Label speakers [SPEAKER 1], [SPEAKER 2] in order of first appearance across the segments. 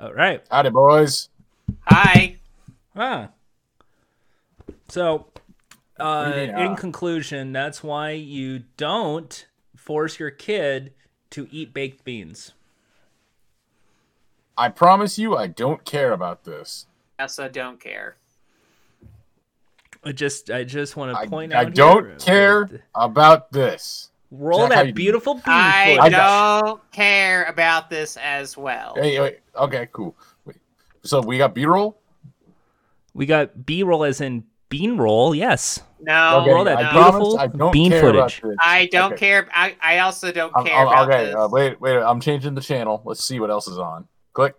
[SPEAKER 1] All right.
[SPEAKER 2] Howdy, boys.
[SPEAKER 3] Hi.
[SPEAKER 1] Ah. So, uh,
[SPEAKER 2] Yeah.
[SPEAKER 1] in conclusion, that's why you don't force your kid to eat baked beans.
[SPEAKER 2] I promise you, I don't care about this.
[SPEAKER 3] Also, don't care.
[SPEAKER 1] I just, I just want
[SPEAKER 2] I,
[SPEAKER 1] to point
[SPEAKER 2] I
[SPEAKER 1] out.
[SPEAKER 2] don't
[SPEAKER 1] here
[SPEAKER 2] care
[SPEAKER 1] that-
[SPEAKER 2] about this.
[SPEAKER 1] Roll
[SPEAKER 2] Jack, how you
[SPEAKER 1] that
[SPEAKER 2] doing?
[SPEAKER 1] beautiful bean.
[SPEAKER 3] I
[SPEAKER 1] footage.
[SPEAKER 3] don't care about this as well.
[SPEAKER 2] Hey, wait, okay, cool. Wait. So we got B-roll.
[SPEAKER 1] We got B roll as in bean roll. Yes.
[SPEAKER 3] No,
[SPEAKER 2] okay,
[SPEAKER 1] Oh, roll that
[SPEAKER 2] I
[SPEAKER 3] no.
[SPEAKER 1] beautiful
[SPEAKER 2] promise I don't
[SPEAKER 1] bean
[SPEAKER 2] care
[SPEAKER 1] footage.
[SPEAKER 2] about this.
[SPEAKER 3] I don't
[SPEAKER 2] Okay.
[SPEAKER 3] care. I, I also don't
[SPEAKER 2] I'm-
[SPEAKER 3] care
[SPEAKER 2] I'm-
[SPEAKER 3] about
[SPEAKER 2] okay,
[SPEAKER 3] this.
[SPEAKER 2] uh, wait, wait. I'm changing the channel. Let's see what else is on. Click.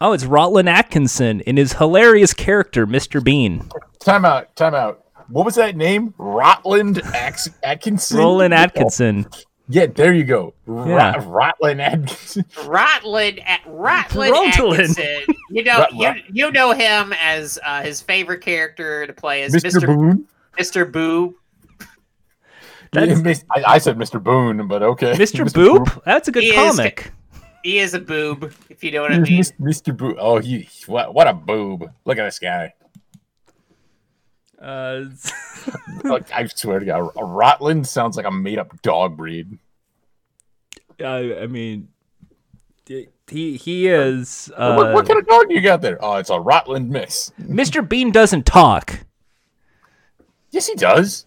[SPEAKER 1] Oh, it's Rotlin Atkinson in his hilarious character, Mr. Bean.
[SPEAKER 2] Time out. Time out. What was that name? Rotland Ax- Atkinson.
[SPEAKER 1] Roland
[SPEAKER 2] Oh,
[SPEAKER 1] Atkinson.
[SPEAKER 2] yeah, there you go.
[SPEAKER 1] Yeah.
[SPEAKER 2] Ro- Rotland Atkinson.
[SPEAKER 3] Rotland at Rotland
[SPEAKER 1] Rotland.
[SPEAKER 3] Atkinson. You know,
[SPEAKER 2] Rot-
[SPEAKER 3] you,
[SPEAKER 2] rot-
[SPEAKER 3] you know him as uh, his favorite character to play as
[SPEAKER 2] Mr.
[SPEAKER 3] Mr.
[SPEAKER 2] Boone.
[SPEAKER 3] Mr. Boob.
[SPEAKER 1] That's-
[SPEAKER 2] Yeah, Miss- I, I said Mr. Boone, but okay.
[SPEAKER 1] Mr. Boop? That's a good
[SPEAKER 3] He is-
[SPEAKER 1] comic.
[SPEAKER 3] He is a boob, if you know what I
[SPEAKER 2] Here's
[SPEAKER 3] mean.
[SPEAKER 2] Mis- Mr. Boob. Oh, he what? What a boob! Look at this guy.
[SPEAKER 1] Uh,
[SPEAKER 2] Look, I swear to God, a Rotland sounds like a made-up dog breed.
[SPEAKER 1] I, I mean, he he is. Uh,
[SPEAKER 2] what, what kind of dog you got there? Oh, it's a Rotland mix.
[SPEAKER 1] Mr. Bean doesn't talk.
[SPEAKER 2] Yes, he does.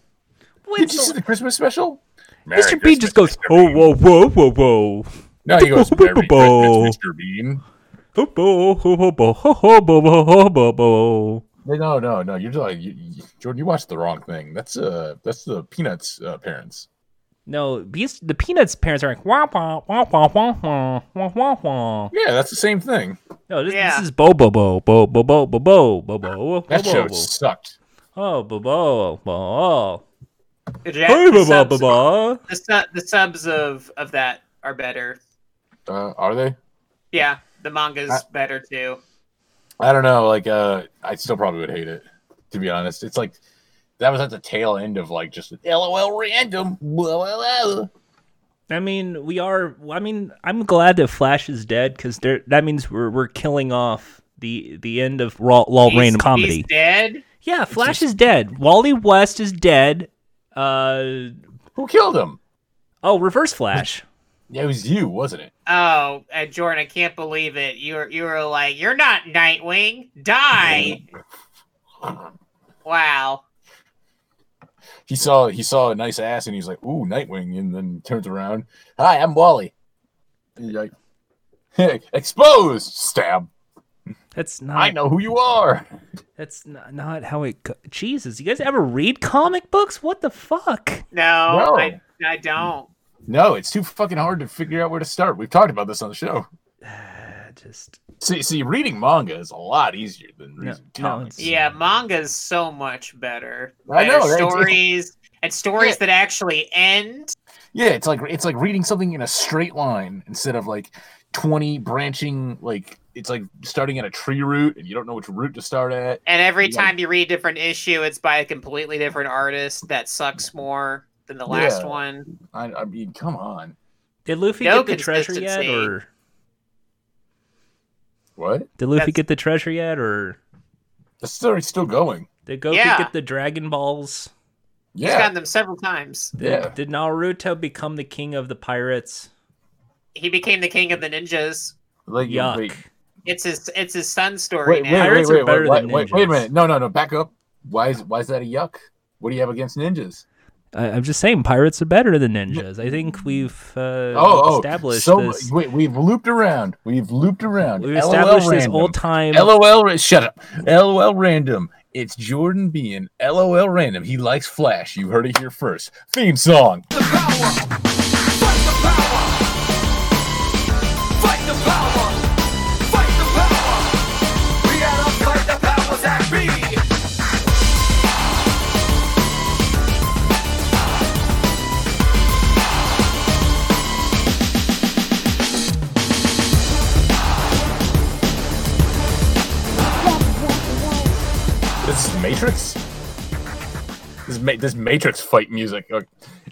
[SPEAKER 2] Did you
[SPEAKER 1] Mr.
[SPEAKER 2] see the Christmas special? Merry
[SPEAKER 1] Bean just goes,
[SPEAKER 2] Christmas, Mr.
[SPEAKER 1] oh,
[SPEAKER 2] Bean."
[SPEAKER 1] whoa, whoa, whoa, whoa.
[SPEAKER 2] No, he goes, Merry Christmas, Mr. Bean.
[SPEAKER 1] Ho, bo, ho, ho, bo, ho, ho, bo, bo, ho, bo, bo.
[SPEAKER 2] No, no, no. You're like you, you, Jordan. You watched the wrong thing. That's uh, that's the Peanuts uh, parents.
[SPEAKER 1] No, these, the Peanuts parents are like, wah, wah, wah, wah, wah, wah, wah, wah, wah.
[SPEAKER 2] Yeah, that's the same thing.
[SPEAKER 1] No, this,
[SPEAKER 3] Yeah.
[SPEAKER 1] this is Bo Bo Bo Bo Bo Bo Bo Bo Bo Bo Bo
[SPEAKER 2] That show
[SPEAKER 1] Bo Bo
[SPEAKER 2] sucked.
[SPEAKER 1] Oh Bo Bo Bo
[SPEAKER 3] Jack-
[SPEAKER 1] Hey
[SPEAKER 3] the
[SPEAKER 1] Bo Bo Bo
[SPEAKER 3] subs-
[SPEAKER 1] Bo
[SPEAKER 3] The, su- the subs of, of that are better.
[SPEAKER 2] Uh, are they?
[SPEAKER 3] Yeah, the manga's
[SPEAKER 2] I-
[SPEAKER 3] better too.
[SPEAKER 2] I don't know. Like, uh, I still probably would hate it, to be honest. It's like that was at the tail end of like just LOL random. Blah, blah, blah.
[SPEAKER 1] I mean, we are. I mean, I'm glad that Flash is dead because there. That means we're we're killing off the the end of raw law
[SPEAKER 3] He's-
[SPEAKER 1] random comedy.
[SPEAKER 3] He's dead.
[SPEAKER 1] yeah, Flash is dead. Wally West is dead. Uh
[SPEAKER 2] Who killed him?
[SPEAKER 1] oh, Reverse Flash.
[SPEAKER 2] Yeah, it was you, wasn't it?
[SPEAKER 3] Oh, uh, Jordan, I can't believe it. You were you were like, you're not Nightwing. Die. wow.
[SPEAKER 2] He saw he saw a nice ass and he's like, "Ooh, Nightwing," and then turns around. Hi, I'm Wally. And you're like, "Hey, exposed. Stab.
[SPEAKER 1] That's
[SPEAKER 2] I
[SPEAKER 1] not.
[SPEAKER 2] know who you are.
[SPEAKER 1] That's not, not how it. go- Jesus, you guys ever read comic books? What the fuck?
[SPEAKER 3] No,
[SPEAKER 2] No.
[SPEAKER 3] I, I don't.
[SPEAKER 2] No, it's too fucking hard to figure out where to start. We've talked about this on the show.
[SPEAKER 1] Just
[SPEAKER 2] See, see, reading manga is a lot easier than
[SPEAKER 1] No,
[SPEAKER 2] reading
[SPEAKER 1] no,
[SPEAKER 2] comics.
[SPEAKER 1] it's-
[SPEAKER 3] Yeah, manga's so much better.
[SPEAKER 2] I know,
[SPEAKER 3] Better
[SPEAKER 2] right? It's-
[SPEAKER 3] stories and stories that actually end.
[SPEAKER 2] Yeah, it's like it's like reading something in a straight line instead of like twenty branching. Like it's like starting at a tree root and you don't know which root to start at.
[SPEAKER 3] And every
[SPEAKER 2] Yeah.
[SPEAKER 3] time you read a different issue, it's by a completely different artist that sucks more than the last
[SPEAKER 2] Yeah.
[SPEAKER 3] one.
[SPEAKER 2] I, I mean, come on,
[SPEAKER 1] Did Luffy
[SPEAKER 3] No
[SPEAKER 1] get the treasure yet,
[SPEAKER 3] consistency.
[SPEAKER 1] or
[SPEAKER 2] what?
[SPEAKER 1] did Luffy
[SPEAKER 3] That's-
[SPEAKER 1] get the treasure yet, or
[SPEAKER 2] The story's still going.
[SPEAKER 1] did Goku
[SPEAKER 3] Yeah.
[SPEAKER 1] get the Dragon Balls?
[SPEAKER 3] He's
[SPEAKER 2] Yeah,
[SPEAKER 3] gotten them several times.
[SPEAKER 1] Did,
[SPEAKER 2] Yeah.
[SPEAKER 1] did Naruto become the king of the pirates?
[SPEAKER 3] He became the king of the ninjas.
[SPEAKER 2] like
[SPEAKER 1] Yuck!
[SPEAKER 2] wait,
[SPEAKER 3] It's his it's his son's story
[SPEAKER 2] wait, wait,
[SPEAKER 3] now.
[SPEAKER 2] wait,
[SPEAKER 1] Pirates are
[SPEAKER 2] wait,
[SPEAKER 1] better
[SPEAKER 2] wait, wait,
[SPEAKER 1] than
[SPEAKER 2] wait, wait a
[SPEAKER 1] ninjas.
[SPEAKER 2] minute. No, no, no. Back up. Why is why is that a yuck? What do you have against ninjas?
[SPEAKER 1] I, I'm just saying, pirates are better than ninjas. I think we've uh,
[SPEAKER 2] Oh, oh,
[SPEAKER 1] established
[SPEAKER 2] so
[SPEAKER 1] this.
[SPEAKER 2] wait, we've looped around. We've looped around.
[SPEAKER 1] We've
[SPEAKER 2] LOL
[SPEAKER 1] established this
[SPEAKER 2] random.
[SPEAKER 1] old time.
[SPEAKER 2] LOL, ra- shut up. LOL random. It's Jordan being LOL random. He likes Flash. You heard it here first. Theme song.
[SPEAKER 4] the power. Fight the power. Fight the power. Fight the power. We gotta fight the powers that be.
[SPEAKER 2] This is Matrix. This, is Ma- this Matrix fight music. Okay.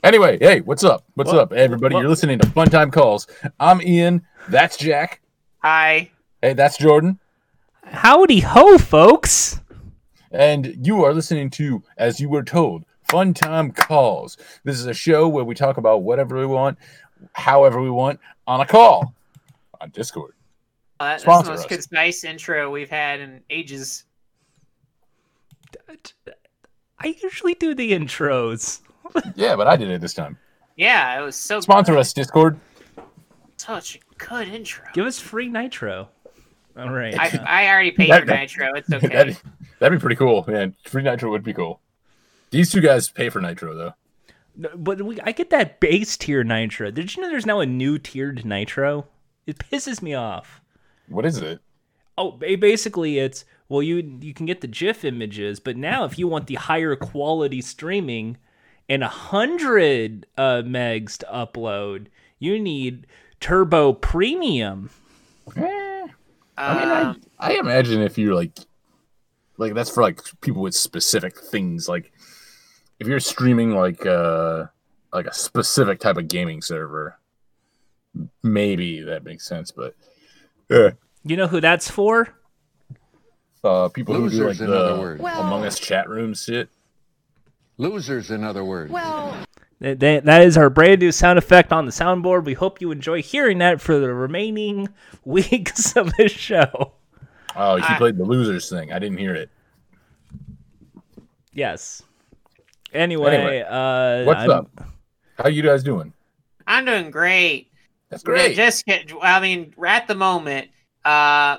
[SPEAKER 2] Anyway, hey, what's up? What's
[SPEAKER 1] Well-
[SPEAKER 2] up, everybody?
[SPEAKER 1] well-
[SPEAKER 2] You're listening to Fun Time Calls. I'm Ian. That's Jack.
[SPEAKER 3] Hi.
[SPEAKER 2] Hey, that's Jordan.
[SPEAKER 1] Howdy ho, folks.
[SPEAKER 2] And you are listening to As You Were Told Fun Time Calls. This is a show where we talk about whatever we want, however we want, on a call on Discord.
[SPEAKER 3] Uh, that's
[SPEAKER 2] Sponsor
[SPEAKER 3] the most
[SPEAKER 2] us.
[SPEAKER 3] concise intro we've had in ages.
[SPEAKER 1] I usually do the intros.
[SPEAKER 2] Yeah, but I did it this time.
[SPEAKER 3] Yeah, it was so
[SPEAKER 2] Sponsor us, Discord.
[SPEAKER 3] such a good intro.
[SPEAKER 1] Give us free nitro. All right.
[SPEAKER 3] I, I already paid
[SPEAKER 2] That-
[SPEAKER 3] for
[SPEAKER 2] that-
[SPEAKER 3] Nitro. It's okay.
[SPEAKER 2] that'd, that'd be pretty cool, man. Free Nitro would be cool. These two guys pay for Nitro, though.
[SPEAKER 1] No, But we, I get that base tier nitro. Did you know there's now a new tiered nitro? It pisses me off.
[SPEAKER 2] What is it?
[SPEAKER 1] Oh, ba- basically it's well you you can get the GIF images, but now if you want the higher quality streaming and a hundred uh, megs to upload, you need Turbo Premium.
[SPEAKER 2] Eh, I mean,
[SPEAKER 3] Um,
[SPEAKER 2] I, I imagine if you're like, like that's for like people with specific things. Like, if you're streaming like uh like a specific type of gaming server, maybe that makes sense. But yeah,
[SPEAKER 1] You know who that's for?
[SPEAKER 2] uh, people who do like
[SPEAKER 5] Losers, in other
[SPEAKER 2] the
[SPEAKER 5] words.
[SPEAKER 6] Well-
[SPEAKER 2] Among Us chat room shit.
[SPEAKER 5] Losers, in other words.
[SPEAKER 6] Well,
[SPEAKER 1] That, that, that is our brand new sound effect on the soundboard. We hope you enjoy hearing that for the remaining weeks of this show.
[SPEAKER 2] Oh, he
[SPEAKER 3] I-
[SPEAKER 2] played the losers thing. I didn't hear it.
[SPEAKER 1] Yes. Anyway,
[SPEAKER 2] Anyway,
[SPEAKER 1] uh,
[SPEAKER 2] What's
[SPEAKER 1] I'm-
[SPEAKER 2] up? How you guys doing?
[SPEAKER 3] I'm doing great.
[SPEAKER 2] That's
[SPEAKER 3] Great.
[SPEAKER 2] great.
[SPEAKER 3] Just, get- I mean, at the moment, uh, I,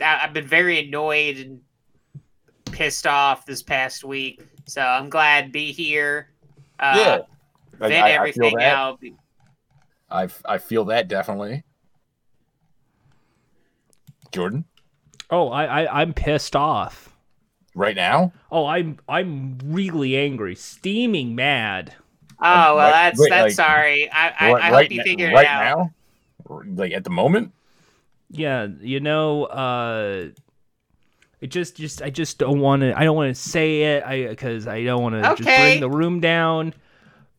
[SPEAKER 3] I've been very annoyed and pissed off this past week. So I'm glad to be here.
[SPEAKER 2] yeah,
[SPEAKER 3] Uh,
[SPEAKER 2] I-
[SPEAKER 3] Vent
[SPEAKER 2] I- I feel
[SPEAKER 3] everything
[SPEAKER 2] that.
[SPEAKER 3] out.
[SPEAKER 2] I I feel that definitely. Jordan,
[SPEAKER 1] Oh, I, I I'm pissed off.
[SPEAKER 2] right now.
[SPEAKER 1] Oh, I'm I'm really angry, steaming mad.
[SPEAKER 3] Oh well,
[SPEAKER 2] like,
[SPEAKER 3] that's
[SPEAKER 2] wait,
[SPEAKER 3] that's
[SPEAKER 2] like,
[SPEAKER 3] sorry. I, I,
[SPEAKER 2] right,
[SPEAKER 3] I hope
[SPEAKER 2] right
[SPEAKER 3] you
[SPEAKER 2] n-
[SPEAKER 3] figured
[SPEAKER 2] right
[SPEAKER 3] it out.
[SPEAKER 2] now, R- like at the moment.
[SPEAKER 1] Yeah, you know, uh, it just just I just don't want to. I don't want to say it. I because I don't want to just
[SPEAKER 3] Okay.
[SPEAKER 1] bring the room down.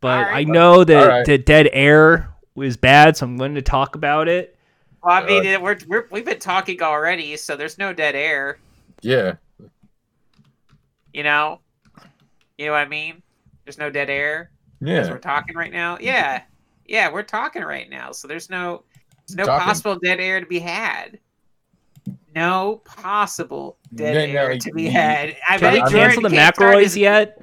[SPEAKER 1] But
[SPEAKER 3] Alright.
[SPEAKER 1] I know that
[SPEAKER 2] Alright.
[SPEAKER 1] that dead air was bad, so I'm going to talk about it.
[SPEAKER 3] Well, I mean,
[SPEAKER 2] Uh,
[SPEAKER 3] it- we're, we're we've been talking already, so there's no dead air.
[SPEAKER 2] Yeah,
[SPEAKER 3] You know, you know what I mean. There's no dead air. because
[SPEAKER 2] yeah.
[SPEAKER 3] we're talking right now. Yeah, yeah, we're talking right now. So there's no, there's no
[SPEAKER 2] Talking.
[SPEAKER 3] possible dead air to be had. No possible dead
[SPEAKER 2] Yeah, no,
[SPEAKER 3] air
[SPEAKER 2] you-
[SPEAKER 3] to be
[SPEAKER 2] you-
[SPEAKER 3] had. I
[SPEAKER 1] Can we
[SPEAKER 2] But
[SPEAKER 3] bet
[SPEAKER 2] I'm-
[SPEAKER 1] cancel
[SPEAKER 3] Jordan
[SPEAKER 1] the
[SPEAKER 3] can't turn
[SPEAKER 1] McElroys
[SPEAKER 3] his-
[SPEAKER 1] yet?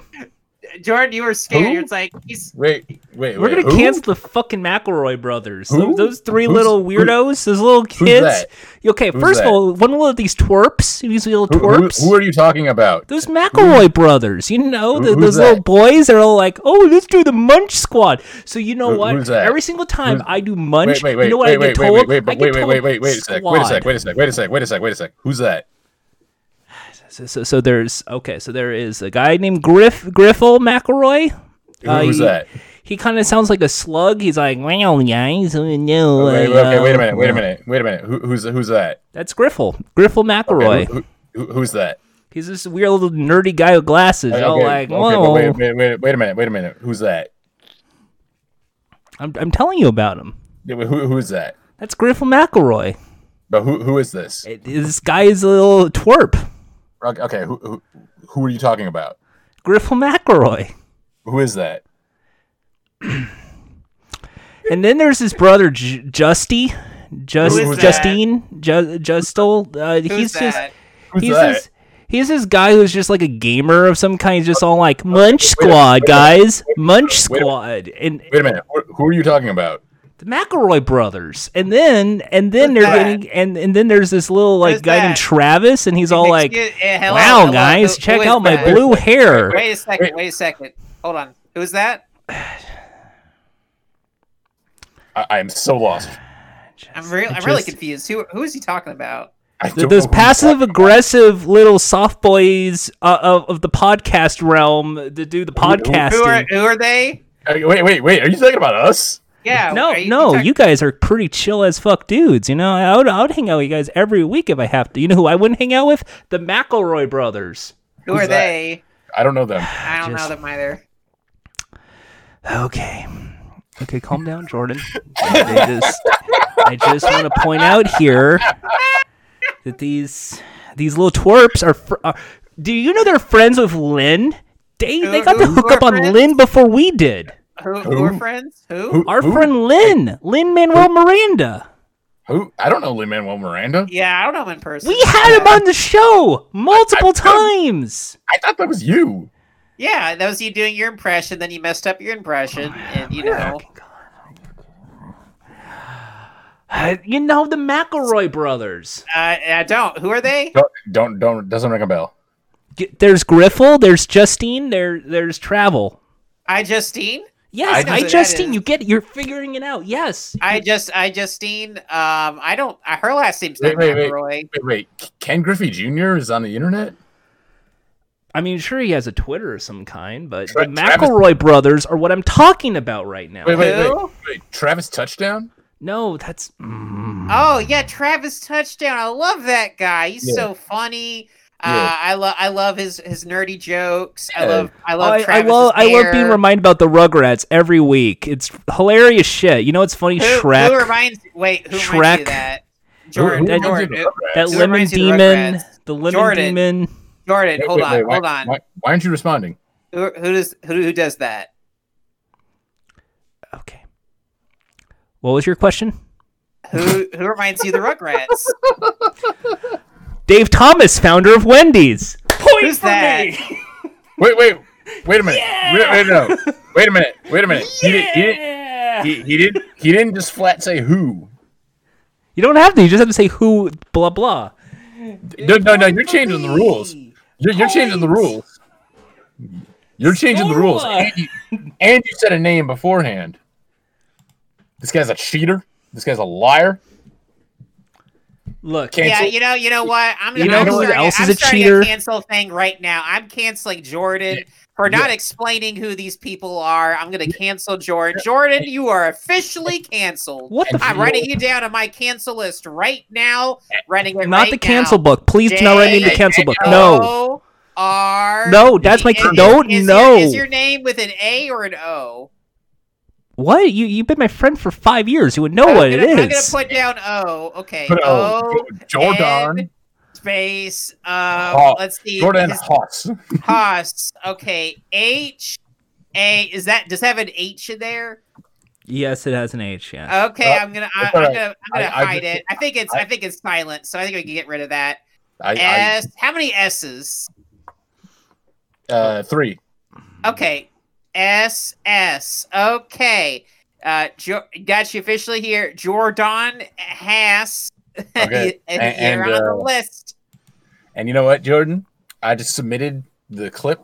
[SPEAKER 3] Jordan, you were scared.
[SPEAKER 2] Who?
[SPEAKER 3] It's like he's
[SPEAKER 2] Wait, wait,
[SPEAKER 1] We're
[SPEAKER 2] wait,
[SPEAKER 1] gonna
[SPEAKER 2] who?
[SPEAKER 1] cancel the fucking McElroy brothers. Th-
[SPEAKER 2] Who?
[SPEAKER 1] Those three
[SPEAKER 2] Who's-
[SPEAKER 1] little
[SPEAKER 2] who-
[SPEAKER 1] weirdos, those little
[SPEAKER 2] Who's
[SPEAKER 1] kids.
[SPEAKER 2] that?
[SPEAKER 1] Okay,
[SPEAKER 2] Who's
[SPEAKER 1] first
[SPEAKER 2] that?
[SPEAKER 1] of all, one of these twerps, these little
[SPEAKER 2] Who, who,
[SPEAKER 1] twerps.
[SPEAKER 2] who are you talking about?
[SPEAKER 1] Those McElroy brothers, you know,
[SPEAKER 2] Who-
[SPEAKER 1] the,
[SPEAKER 2] who's
[SPEAKER 1] those little
[SPEAKER 2] that?
[SPEAKER 1] boys, they're all like, "Oh, let's do the Munch Squad." So you know
[SPEAKER 2] Who-
[SPEAKER 1] what?
[SPEAKER 2] who's that?
[SPEAKER 1] Every single time
[SPEAKER 2] Who's-
[SPEAKER 1] I do Munch,
[SPEAKER 2] Wait, wait, wait,
[SPEAKER 1] you know what
[SPEAKER 2] wait,
[SPEAKER 1] I
[SPEAKER 2] wait,
[SPEAKER 1] get
[SPEAKER 2] wait,
[SPEAKER 1] told?
[SPEAKER 2] wait, wait,
[SPEAKER 1] I
[SPEAKER 2] but
[SPEAKER 1] get
[SPEAKER 2] wait, wait,
[SPEAKER 1] told
[SPEAKER 2] wait, wait, wait a sec, wait a sec,
[SPEAKER 1] squad.
[SPEAKER 2] wait a sec, wait a sec, wait a sec, wait a sec. Who's that?
[SPEAKER 1] So, so, so there's okay. So there is a guy named Griff Griffle McElroy.
[SPEAKER 2] Who-
[SPEAKER 1] Uh,
[SPEAKER 2] Who's
[SPEAKER 1] he-
[SPEAKER 2] that?
[SPEAKER 1] He kind of sounds like a slug. He's like, "Well, guys, uh, no."
[SPEAKER 2] Wait,
[SPEAKER 1] uh,
[SPEAKER 2] okay, wait a minute, wait
[SPEAKER 1] no."
[SPEAKER 2] a minute, wait a minute. Who, who's who's that?
[SPEAKER 1] That's Griffle. Griffle
[SPEAKER 2] Okay,
[SPEAKER 1] McElroy.
[SPEAKER 2] who- who- who- who's that?
[SPEAKER 1] He's this weird little nerdy guy with glasses.
[SPEAKER 2] Okay,
[SPEAKER 1] all like,
[SPEAKER 2] okay, but
[SPEAKER 1] "Whoa!"
[SPEAKER 2] wait, wait, wait, wait a minute, wait a minute. Who's that?
[SPEAKER 1] I'm, I'm telling you about him.
[SPEAKER 2] Yeah, but Who, who is that?
[SPEAKER 1] That's Griffle McElroy.
[SPEAKER 2] But who who is this?
[SPEAKER 1] It- this guy is a little twerp.
[SPEAKER 2] Okay, okay, who, who who are you talking about?
[SPEAKER 1] Griffle McElroy.
[SPEAKER 2] Who is that?
[SPEAKER 1] And then there's his brother J- Justy, Just
[SPEAKER 2] Who is that?
[SPEAKER 1] Justine, Ju- Justel. Uh,
[SPEAKER 3] who's
[SPEAKER 1] he's just
[SPEAKER 3] that?
[SPEAKER 2] Who's
[SPEAKER 1] he's
[SPEAKER 2] that?
[SPEAKER 1] this he's this guy who's just like a gamer of some kind, just all like Munch
[SPEAKER 2] Oh, wait a minute,
[SPEAKER 1] Squad,
[SPEAKER 2] wait a
[SPEAKER 1] guys, Munch
[SPEAKER 2] wait a
[SPEAKER 1] Squad, and
[SPEAKER 2] Wait a minute. Who, who are you talking about?
[SPEAKER 1] the McElroy brothers. And then and then
[SPEAKER 3] Who's
[SPEAKER 1] they're
[SPEAKER 3] that?
[SPEAKER 1] getting and and then there's this little like
[SPEAKER 3] Who's
[SPEAKER 1] guy named
[SPEAKER 3] that?
[SPEAKER 1] Travis, and he's all like,
[SPEAKER 3] Excuse- eh, hello,
[SPEAKER 1] "Wow,
[SPEAKER 3] hello,
[SPEAKER 1] guys,
[SPEAKER 3] who- who
[SPEAKER 1] check
[SPEAKER 3] is
[SPEAKER 1] out my
[SPEAKER 3] that?
[SPEAKER 1] blue hair."
[SPEAKER 3] Wait a second.
[SPEAKER 2] Wait.
[SPEAKER 3] Wait a second. Hold on. Who's that?
[SPEAKER 2] I, I am so lost.
[SPEAKER 3] I'm real.
[SPEAKER 1] It
[SPEAKER 3] I'm really
[SPEAKER 1] just-
[SPEAKER 3] confused. Who who is he talking about?
[SPEAKER 2] I
[SPEAKER 1] Th-
[SPEAKER 2] don't
[SPEAKER 1] those
[SPEAKER 2] know who
[SPEAKER 1] passive
[SPEAKER 2] you're talking
[SPEAKER 1] aggressive little soft boys uh, of, of the podcast realm that do the
[SPEAKER 2] Who- who-
[SPEAKER 1] podcasting.
[SPEAKER 3] Who are who are they?
[SPEAKER 2] about. Hey, Wait, wait, wait. Are you talking about us?
[SPEAKER 3] Yeah.
[SPEAKER 1] no,
[SPEAKER 3] are you-
[SPEAKER 1] no,
[SPEAKER 3] talk-
[SPEAKER 1] you guys are pretty chill as fuck dudes. You know, I would, I would hang out with you guys every week if I have to. You know who I wouldn't hang out with? The McElroy brothers.
[SPEAKER 3] Who are
[SPEAKER 2] who's that?
[SPEAKER 3] they?
[SPEAKER 2] I don't know them.
[SPEAKER 3] I don't
[SPEAKER 1] Just-
[SPEAKER 3] know them either.
[SPEAKER 1] Okay. Okay, calm down, Jordan. I just, I just want to point out here that these these little twerps are. Fr- are do you know they're friends with Lynn? They they got the
[SPEAKER 3] Who
[SPEAKER 1] hookup
[SPEAKER 3] are
[SPEAKER 1] on
[SPEAKER 3] friends?
[SPEAKER 1] Lynn before we did.
[SPEAKER 3] Who,
[SPEAKER 2] Who?
[SPEAKER 3] who are friends? Who?
[SPEAKER 2] Who-
[SPEAKER 1] Our
[SPEAKER 2] who-
[SPEAKER 1] friend Lynn, Lynn Manuel Miranda.
[SPEAKER 2] Who? I don't know Lin Manuel Miranda.
[SPEAKER 3] Yeah, I don't know him in person.
[SPEAKER 1] We had him on the show multiple
[SPEAKER 2] I- I-
[SPEAKER 1] times.
[SPEAKER 2] I thought that was you.
[SPEAKER 3] Yeah, that was you doing your impression. Then you messed up your
[SPEAKER 1] Oh,
[SPEAKER 3] impression, and you know.
[SPEAKER 1] Uh, You know the McElroy brothers.
[SPEAKER 3] I, I don't. Who are they?
[SPEAKER 2] Don't don't, don't doesn't ring a bell.
[SPEAKER 1] G- There's Griffle. There's Justine. There there's Travel.
[SPEAKER 3] I Justine.
[SPEAKER 1] Yes,
[SPEAKER 2] know
[SPEAKER 1] I,
[SPEAKER 3] who that
[SPEAKER 1] Justine.
[SPEAKER 3] is.
[SPEAKER 1] You get it. You're figuring it out. Yes.
[SPEAKER 3] I just I Justine. Um, I don't. I, her last name's not
[SPEAKER 2] Wait, wait, wait.
[SPEAKER 3] McElroy.
[SPEAKER 2] Wait, wait. Ken Griffey Jr. is on the internet.
[SPEAKER 1] I mean, sure he has a Twitter of some kind, but
[SPEAKER 2] Tra-
[SPEAKER 1] the
[SPEAKER 2] Travis-
[SPEAKER 1] McElroy brothers are what I'm talking about right now.
[SPEAKER 2] Wait, wait, wait,
[SPEAKER 3] Who?
[SPEAKER 2] wait. Travis touchdown.
[SPEAKER 1] No, that's. Mm.
[SPEAKER 3] Oh yeah, Travis touchdown. I love that guy. He's
[SPEAKER 2] Yeah.
[SPEAKER 3] so funny. Uh,
[SPEAKER 2] Yeah.
[SPEAKER 3] I love I love his his nerdy jokes. I
[SPEAKER 2] Yeah.
[SPEAKER 3] love I love
[SPEAKER 1] Oh, I, I
[SPEAKER 3] Travis's
[SPEAKER 1] love I love being
[SPEAKER 3] hair.
[SPEAKER 1] reminded about the Rugrats every week. It's hilarious shit. You know what's funny?
[SPEAKER 3] Who,
[SPEAKER 1] Shrek,
[SPEAKER 3] who reminds wait who reminds you
[SPEAKER 1] Shrek.
[SPEAKER 3] of that
[SPEAKER 2] Who-
[SPEAKER 3] Jordan
[SPEAKER 2] who
[SPEAKER 1] that-
[SPEAKER 3] Jordan
[SPEAKER 2] runs
[SPEAKER 3] who-
[SPEAKER 2] into Rugrats?
[SPEAKER 1] that
[SPEAKER 3] who
[SPEAKER 1] lemon
[SPEAKER 3] reminds you of the
[SPEAKER 1] demon,
[SPEAKER 3] Rugrats?
[SPEAKER 1] the lemon
[SPEAKER 3] Jordan.
[SPEAKER 1] demon.
[SPEAKER 3] Jordan
[SPEAKER 2] Wait,
[SPEAKER 3] hold
[SPEAKER 2] wait,
[SPEAKER 3] on
[SPEAKER 2] wait, why-
[SPEAKER 3] hold on
[SPEAKER 2] Why, why aren't you responding?
[SPEAKER 3] who who does who who does that
[SPEAKER 1] Okay. What was your question?
[SPEAKER 3] who who reminds you of the Rugrats
[SPEAKER 1] Dave Thomas, founder of Wendy's. Point
[SPEAKER 3] Who's
[SPEAKER 1] for
[SPEAKER 3] that?
[SPEAKER 1] me.
[SPEAKER 2] Wait, wait, wait a minute. Wait, wait, no. wait a minute. Wait a minute. He didn't. He didn't.
[SPEAKER 1] Yeah.
[SPEAKER 2] He, he didn't. He didn't just flat say who.
[SPEAKER 1] You don't have to. You just have to say who. Blah blah.
[SPEAKER 2] No, no, no. You're changing the rules. You're, you're changing the rules. You're changing the rules. And you, and you said a name beforehand. This guy's a cheater. This guy's a liar.
[SPEAKER 1] Look,
[SPEAKER 2] Cancel.
[SPEAKER 3] Yeah, you know, you know what? I'm,
[SPEAKER 1] You know
[SPEAKER 3] I'm
[SPEAKER 1] who
[SPEAKER 3] starting,
[SPEAKER 1] else
[SPEAKER 3] I'm
[SPEAKER 1] is a
[SPEAKER 3] starting
[SPEAKER 1] cheater?
[SPEAKER 3] cancel thing right now. I'm canceling Jordan for not explaining who these people are. I'm gonna cancel Jordan. Jordan, you are officially canceled.
[SPEAKER 1] what the?
[SPEAKER 2] And
[SPEAKER 1] F-
[SPEAKER 3] I'm writing you down on my cancel list right now. Writing it
[SPEAKER 1] not
[SPEAKER 3] right
[SPEAKER 1] the cancel
[SPEAKER 3] now. Oh.
[SPEAKER 1] book. Please do not write me in the
[SPEAKER 3] J-
[SPEAKER 1] cancel book. No.
[SPEAKER 3] O R.
[SPEAKER 1] No, that's my
[SPEAKER 3] Is your-
[SPEAKER 1] no
[SPEAKER 3] is
[SPEAKER 1] no.
[SPEAKER 3] Your, is your name with an A or an O?
[SPEAKER 1] What? You you've been my friend for five years. You would know what
[SPEAKER 3] I'm
[SPEAKER 1] it
[SPEAKER 3] gonna, I'm gonna
[SPEAKER 1] is.
[SPEAKER 3] put down O. Okay.
[SPEAKER 2] But,
[SPEAKER 3] O.
[SPEAKER 2] oh, Jordan.
[SPEAKER 3] N, Space. Um,
[SPEAKER 2] Oh,
[SPEAKER 3] let's see.
[SPEAKER 2] Jordan
[SPEAKER 3] his-
[SPEAKER 2] Haas.
[SPEAKER 3] costs. Okay, H A is that? Does it have an H in there?
[SPEAKER 1] Yes, it has an H. Yeah.
[SPEAKER 3] Okay,
[SPEAKER 2] Uh,
[SPEAKER 3] I'm gonna I,
[SPEAKER 2] it's
[SPEAKER 3] I'm
[SPEAKER 2] all right.
[SPEAKER 3] gonna I'm gonna
[SPEAKER 2] I- I
[SPEAKER 3] hide
[SPEAKER 2] just-
[SPEAKER 3] it. I think it's I,
[SPEAKER 2] I-
[SPEAKER 3] think it's silent, so I think we can get rid of that.
[SPEAKER 2] I,
[SPEAKER 3] S. How many S's?
[SPEAKER 2] I, uh, three.
[SPEAKER 3] Oh, Okay, S S. Okay, uh, jo- got you officially here. Jordan Hass.
[SPEAKER 2] Okay,
[SPEAKER 3] And
[SPEAKER 2] and-
[SPEAKER 3] you're
[SPEAKER 2] and,
[SPEAKER 3] on
[SPEAKER 2] uh,
[SPEAKER 3] the list.
[SPEAKER 2] And you know what, Jordan? I just submitted the clip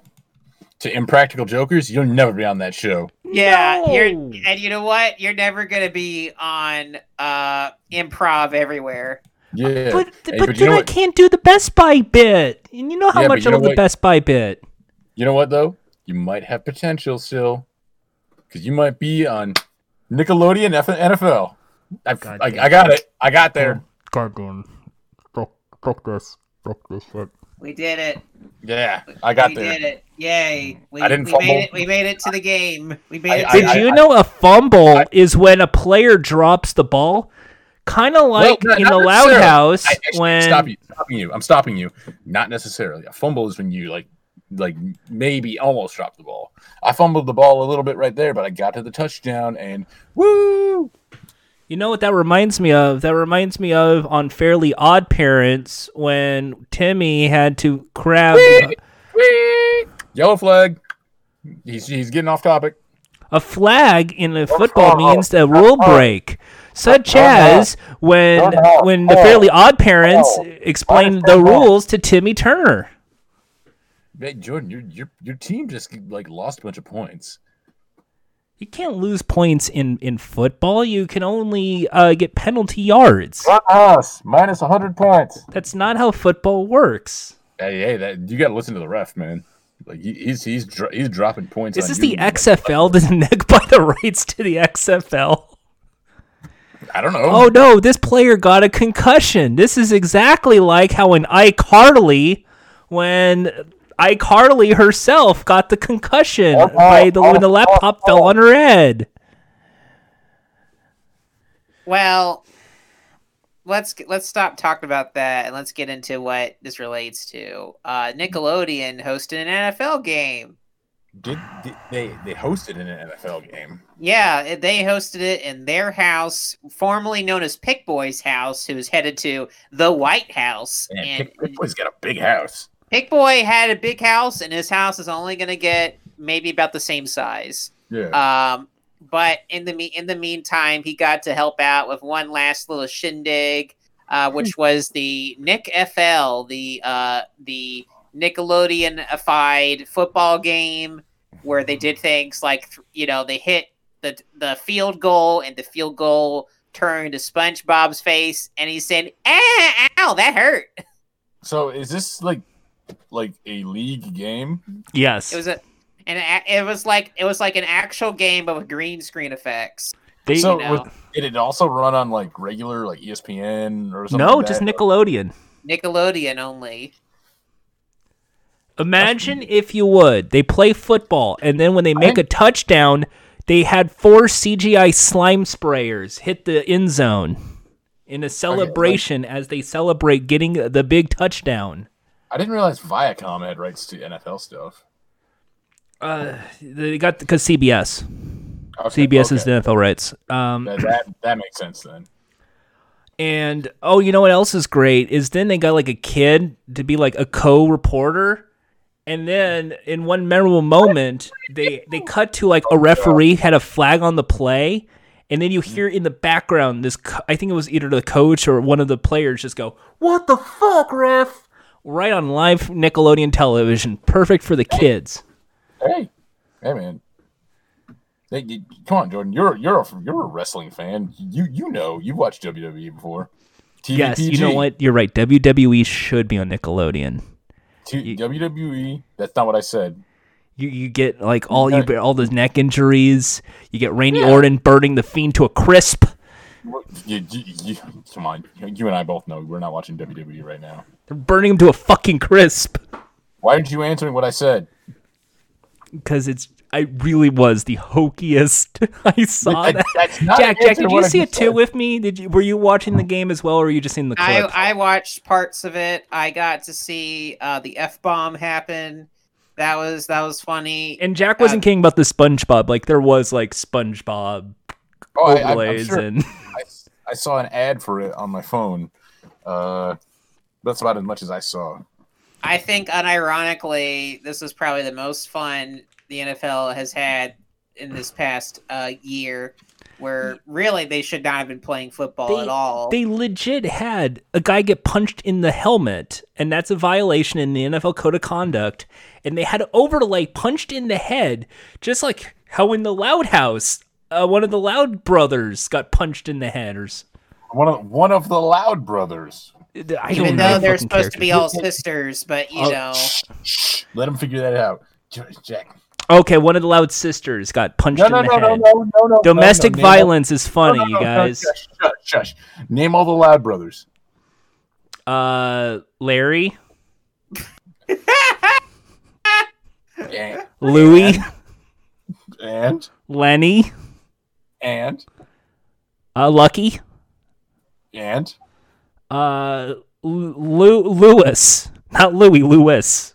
[SPEAKER 2] to Impractical Jokers. You'll never be on that show.
[SPEAKER 3] Yeah, you're,
[SPEAKER 1] No.
[SPEAKER 3] and you know what? You're never gonna be on uh improv everywhere.
[SPEAKER 2] Yeah.
[SPEAKER 1] But,
[SPEAKER 2] Hey,
[SPEAKER 1] but,
[SPEAKER 2] but you
[SPEAKER 1] then
[SPEAKER 2] know
[SPEAKER 1] I
[SPEAKER 2] what-
[SPEAKER 1] can't do the Best Buy bit. And you know how
[SPEAKER 2] Yeah, but
[SPEAKER 1] much
[SPEAKER 2] you
[SPEAKER 1] I
[SPEAKER 2] know
[SPEAKER 1] love the
[SPEAKER 2] what?
[SPEAKER 1] Best Buy bit.
[SPEAKER 2] You know what though? You might have potential still, because you might be on Nickelodeon F- NFL. I,
[SPEAKER 1] God damn.
[SPEAKER 2] I, I got it. I got there.
[SPEAKER 6] Goddamn. Fuck, fuck this. Fuck this shit.
[SPEAKER 3] We did it.
[SPEAKER 2] Yeah, I got
[SPEAKER 3] we
[SPEAKER 2] there.
[SPEAKER 3] did it. Yay. We,
[SPEAKER 2] I didn't
[SPEAKER 3] we
[SPEAKER 2] fumble.
[SPEAKER 3] made it we made it to the game. We made
[SPEAKER 2] I-
[SPEAKER 3] it to
[SPEAKER 2] I-
[SPEAKER 3] the
[SPEAKER 1] Did
[SPEAKER 3] game.
[SPEAKER 1] you know a fumble
[SPEAKER 2] I-
[SPEAKER 1] is when a player drops the ball? Kind of like
[SPEAKER 2] no,
[SPEAKER 1] in
[SPEAKER 2] not
[SPEAKER 1] the Loud
[SPEAKER 2] necessarily.
[SPEAKER 1] House
[SPEAKER 2] I, actually-
[SPEAKER 1] when
[SPEAKER 2] stop you, stopping you. I'm stopping you. Not necessarily. A fumble is when you like, like maybe almost dropped the ball. I fumbled the ball a little bit right there, but I got to the touchdown and woo!
[SPEAKER 1] You know what that reminds me of? That reminds me of on Fairly Odd Parents when Timmy had to grab
[SPEAKER 2] Whee! Yellow flag. He's he's getting off topic.
[SPEAKER 1] a flag in a football means a rule break, such as when when the Fairly Odd Parents explained the rules to Timmy Turner.
[SPEAKER 2] Hey, Jordan, your your your team just like lost a bunch of points.
[SPEAKER 1] You can't lose points in in football. You can only uh, get penalty yards.
[SPEAKER 2] us minus 100 points.
[SPEAKER 1] That's not how football works.
[SPEAKER 2] Hey, hey, that you got to listen to the ref, man. Like he, he's he's dro- he's dropping points.
[SPEAKER 1] Is
[SPEAKER 2] on
[SPEAKER 1] this the
[SPEAKER 2] you.
[SPEAKER 1] XFL? Does Nick buy the rights to the XFL?
[SPEAKER 2] I don't know.
[SPEAKER 1] Oh no, this player got a concussion. This is exactly like how in iCarly, when iCarly herself got the concussion
[SPEAKER 2] Oh,
[SPEAKER 1] by the when the laptop fell on her head.
[SPEAKER 3] Well, let's let's stop talking about that and let's get into what this relates to. Uh, Nickelodeon hosted an NFL game.
[SPEAKER 2] Did, did they they hosted an NFL game?
[SPEAKER 3] Yeah, it- they hosted it in their house, formerly known as Pick Boy's house, who's headed to the White House.
[SPEAKER 2] Man,
[SPEAKER 3] and
[SPEAKER 2] Pick, Pick Boy's got a big house.
[SPEAKER 3] Pick Boy had a big house, and his house is only going to get maybe about the same size.
[SPEAKER 2] Yeah.
[SPEAKER 3] Um, but in the me- in the meantime, he got to help out with one last little shindig, uh, which was the Nick FL, the uh, the Nickelodeonified football game, where they did things like th- you know they hit the the field goal, and the field goal turned to SpongeBob's face, and he said, "Ah, ow, that hurt."
[SPEAKER 2] so is this like like a league game?
[SPEAKER 1] Yes,
[SPEAKER 3] It was a and a- it was like it was like an actual game but with green screen effects.
[SPEAKER 1] they
[SPEAKER 2] so
[SPEAKER 3] know.
[SPEAKER 2] was- did it also run on like regular like E ESPN or something?
[SPEAKER 1] no,
[SPEAKER 2] like
[SPEAKER 1] just
[SPEAKER 2] that?
[SPEAKER 1] Nickelodeon.
[SPEAKER 3] Nickelodeon only.
[SPEAKER 1] Imagine if you would. They play football, and then when they make a touchdown, they had four CGI slime sprayers hit the end zone in a celebration as they celebrate getting the big touchdown.
[SPEAKER 2] I didn't realize Viacom had rights to NFL stuff.
[SPEAKER 1] Uh, they got because CBS,
[SPEAKER 2] Okay,
[SPEAKER 1] CBS is
[SPEAKER 2] okay.
[SPEAKER 1] the NFL rights. Um,
[SPEAKER 2] that, that that makes sense then.
[SPEAKER 1] and oh, you know what else is great is then they got like a kid to be like a co-reporter. And then in one memorable moment, they they cut to like a referee had a flag on the play, and then you hear in the background this co- I think it was either the coach or one of the players just go, "What the fuck, ref?" right on live Nickelodeon television. Perfect for the kids.
[SPEAKER 2] Hey, hey, man. Hey, you- come on, Jordan. You're you're a you're a wrestling fan. You you know you've watched WWE before. TVPG,
[SPEAKER 1] Yes, you know what? You're right. WWE should be on Nickelodeon.
[SPEAKER 2] T- WWE. That's not what I said.
[SPEAKER 1] You you get like all you all those neck injuries. You get Randy Orton burning the fiend to a crisp.
[SPEAKER 2] You, you, you, come on, you and I both know we're not watching WWE right now.
[SPEAKER 1] They're burning him to a fucking crisp.
[SPEAKER 2] Why aren't you answering what I said?
[SPEAKER 1] Because it's I really was the hokiest. I saw Uh, that.
[SPEAKER 2] that's not
[SPEAKER 1] Jack,
[SPEAKER 2] an
[SPEAKER 1] Jack,
[SPEAKER 2] answer
[SPEAKER 1] did
[SPEAKER 2] to
[SPEAKER 1] you
[SPEAKER 2] what I
[SPEAKER 1] see it
[SPEAKER 2] just
[SPEAKER 1] too
[SPEAKER 2] said.
[SPEAKER 1] with me? Did you were you watching the game as well, or were you just seeing the clip?
[SPEAKER 3] I, I watched parts of it. I got to see uh, the f bomb happen. That was that was funny.
[SPEAKER 1] and Jack wasn't kidding about the SpongeBob. Like there was like SpongeBob
[SPEAKER 2] Oh, I, I, I'm
[SPEAKER 1] overlays
[SPEAKER 2] sure
[SPEAKER 1] and
[SPEAKER 2] I, I saw an ad for it on my phone. Uh, that's about as much as I saw.
[SPEAKER 3] I think, unironically, this was probably the most fun the NFL has had in this past uh, year, where really they should not have been playing football
[SPEAKER 1] They-
[SPEAKER 3] at all.
[SPEAKER 1] they legit had a guy get punched in the helmet, and that's a violation in the NFL code of conduct. And they had an overlay punched in the head, just like how in the Loud House, uh, one of the Loud brothers got punched in the head. Or s-
[SPEAKER 2] One of one of the Loud brothers.
[SPEAKER 1] I don't
[SPEAKER 3] Even
[SPEAKER 1] know
[SPEAKER 3] though
[SPEAKER 1] the
[SPEAKER 3] they're
[SPEAKER 1] fucking
[SPEAKER 3] supposed
[SPEAKER 1] character.
[SPEAKER 3] to be all sisters, but you
[SPEAKER 2] Oh,
[SPEAKER 3] know,
[SPEAKER 2] shh, shh, let him figure that out. J- Jack.
[SPEAKER 1] okay. One of the Loud sisters got punched
[SPEAKER 2] No, no,
[SPEAKER 1] in the
[SPEAKER 2] no,
[SPEAKER 1] head.
[SPEAKER 2] no, no, no, no.
[SPEAKER 1] Domestic
[SPEAKER 2] no, no, name all-
[SPEAKER 1] violence is funny,
[SPEAKER 2] no, no,
[SPEAKER 1] you
[SPEAKER 2] no, no,
[SPEAKER 1] guys.
[SPEAKER 2] Shush, shush, shush. Name all the Loud brothers.
[SPEAKER 1] Uh, Larry,
[SPEAKER 2] And
[SPEAKER 1] Louie,
[SPEAKER 2] and
[SPEAKER 1] Lenny,
[SPEAKER 2] and
[SPEAKER 1] uh, Lucky,
[SPEAKER 2] and
[SPEAKER 1] uh, Lu- Lewis, not Louie, Lewis.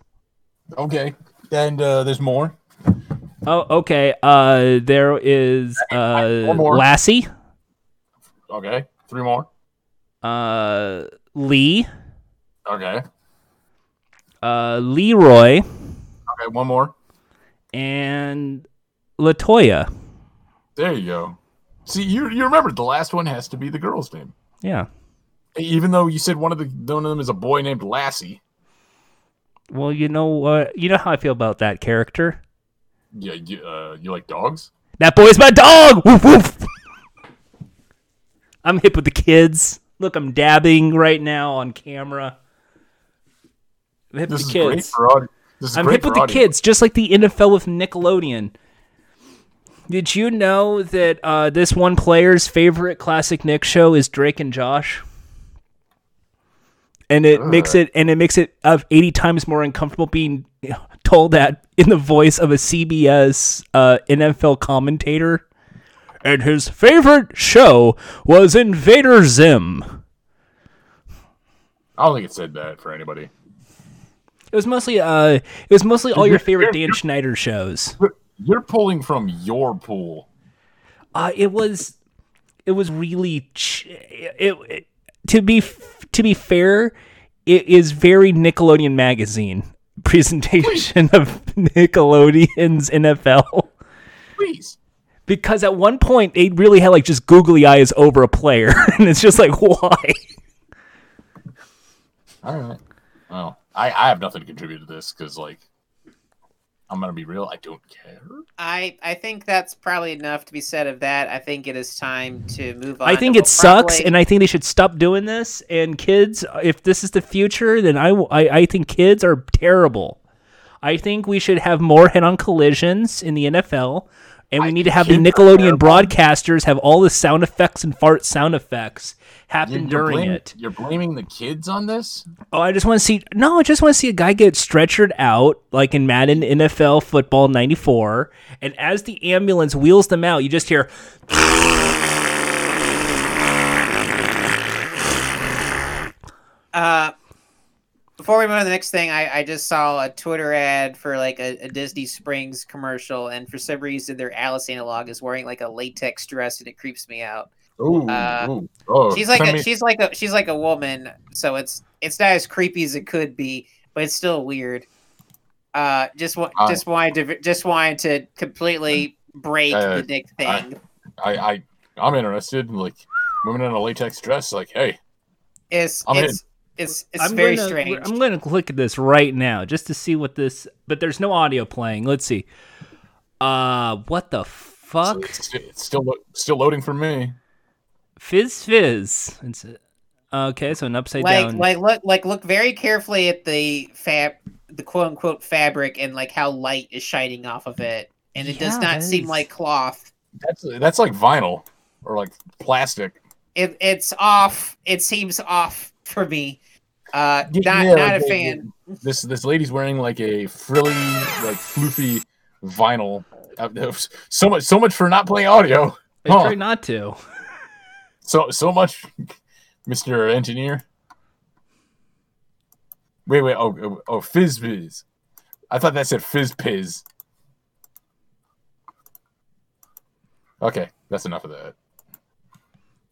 [SPEAKER 2] okay. And uh, there's more.
[SPEAKER 1] Oh, okay. Uh, there is uh
[SPEAKER 2] One more.
[SPEAKER 1] Lassie,
[SPEAKER 2] Okay, three more.
[SPEAKER 1] uh, Lee,
[SPEAKER 2] Okay, okay,
[SPEAKER 1] uh, Leroy,
[SPEAKER 2] one more.
[SPEAKER 1] and Latoya.
[SPEAKER 2] There you go. See, you you remembered the last one has to be the girl's name,
[SPEAKER 1] Yeah.
[SPEAKER 2] even though you said one of the one of them is a boy named Lassie.
[SPEAKER 1] Well, you know what? You know how I feel about that character.
[SPEAKER 2] Yeah, you, uh, you like dogs?
[SPEAKER 1] That boy's my dog. Woof woof. I'm hip with the kids. Look, I'm dabbing right now on camera. I'm hip
[SPEAKER 2] This
[SPEAKER 1] with
[SPEAKER 2] is
[SPEAKER 1] the
[SPEAKER 2] great
[SPEAKER 1] kids.
[SPEAKER 2] for audi- this is
[SPEAKER 1] I'm
[SPEAKER 2] great
[SPEAKER 1] hip
[SPEAKER 2] for
[SPEAKER 1] with the
[SPEAKER 2] audio.
[SPEAKER 1] kids, just like the NFL with Nickelodeon. Did you know that uh, this one player's favorite classic Nick show is Drake and Josh? And it makes it and it makes it of eighty times more uncomfortable being told that in the voice of a CBS uh, NFL commentator. And his favorite show was Invader Zim.
[SPEAKER 2] I don't think it said that for anybody.
[SPEAKER 1] It was mostly uh, it was mostly all your favorite Dan Schneider shows.
[SPEAKER 2] You're pulling from your pool.
[SPEAKER 1] Uh, it was, it was really ch- it, it- To be f- to be fair, it is very Nickelodeon magazine presentation of Nickelodeon's NFL
[SPEAKER 2] Please.
[SPEAKER 1] because at one point they really had like just googly eyes over a player, and it's just like why.
[SPEAKER 2] All right. Oh, I, I have nothing to contribute to this because, like, I'm going to be real. I don't care.
[SPEAKER 3] I I think that's probably enough to be said of that. I think it is time to move on.
[SPEAKER 1] I think it sucks, and I think they should stop doing this. And kids, if this is the future, then I, w- I- I think kids are terrible. I think we should have more head-on collisions in the NFL, and we
[SPEAKER 2] I
[SPEAKER 1] need to
[SPEAKER 2] think
[SPEAKER 1] have the
[SPEAKER 2] kids are
[SPEAKER 1] Nickelodeon
[SPEAKER 2] terrible.
[SPEAKER 1] broadcasters have all the sound effects and fart sound effects
[SPEAKER 2] You're,
[SPEAKER 1] happen
[SPEAKER 2] you're
[SPEAKER 1] during
[SPEAKER 2] blaming-
[SPEAKER 1] it.
[SPEAKER 2] You're blaming the kids on this?
[SPEAKER 1] Oh, I just want to see. No, I just want to see a guy get stretchered out, like in Madden NFL Football '94. And as the ambulance wheels them out, you just hear.
[SPEAKER 3] Uh, before we move on to the next thing, I, I just saw a Twitter ad for like a, a Disney Springs commercial, and for some reason their Alice analog is wearing like a latex dress, and it creeps me out.
[SPEAKER 2] Ooh,
[SPEAKER 3] Uh,
[SPEAKER 2] ooh. Oh,
[SPEAKER 3] she's like
[SPEAKER 2] send
[SPEAKER 3] a,
[SPEAKER 2] me-
[SPEAKER 3] she's like a she's like a woman, so it's it's not as creepy as it could be, but it's still weird. Uh, just wa-
[SPEAKER 2] I-
[SPEAKER 3] just wanted to just wanted to completely break
[SPEAKER 2] Uh,
[SPEAKER 3] the Nick thing.
[SPEAKER 2] I- I, I, I'm interested. in, Like, women in a latex dress, like, hey,
[SPEAKER 3] it's
[SPEAKER 2] I'm in.
[SPEAKER 3] it's it's it's very
[SPEAKER 1] gonna,
[SPEAKER 3] strange.
[SPEAKER 1] I'm going to click at this right now just to see what this. But there's no audio playing. Let's see. Uh, what the
[SPEAKER 2] so
[SPEAKER 1] fuck?
[SPEAKER 2] it's, it's still lo- still loading for me.
[SPEAKER 1] Fizz fizz. It's, okay, so an upside
[SPEAKER 3] like
[SPEAKER 1] down.
[SPEAKER 3] like look like look very carefully at the fab the quote unquote fabric and like how light is shining off of it and it does
[SPEAKER 1] Yeah,
[SPEAKER 3] not
[SPEAKER 1] that
[SPEAKER 3] seem
[SPEAKER 1] is-
[SPEAKER 3] like cloth
[SPEAKER 2] That's that's like vinyl or like plastic.
[SPEAKER 3] it, it's off it seems off for me uh
[SPEAKER 2] Yeah,
[SPEAKER 3] not
[SPEAKER 2] yeah,
[SPEAKER 3] not a
[SPEAKER 2] like,
[SPEAKER 3] fan
[SPEAKER 2] This this lady's wearing like a frilly, like floofy vinyl. Uh, So much so much for not playing audio.
[SPEAKER 1] I
[SPEAKER 2] Huh.
[SPEAKER 1] try not to.
[SPEAKER 2] So so much, Mister Engineer. Wait wait oh oh, oh fizz fizz. I thought that said fizz pizz. Okay, that's enough of
[SPEAKER 3] Uh,
[SPEAKER 2] that.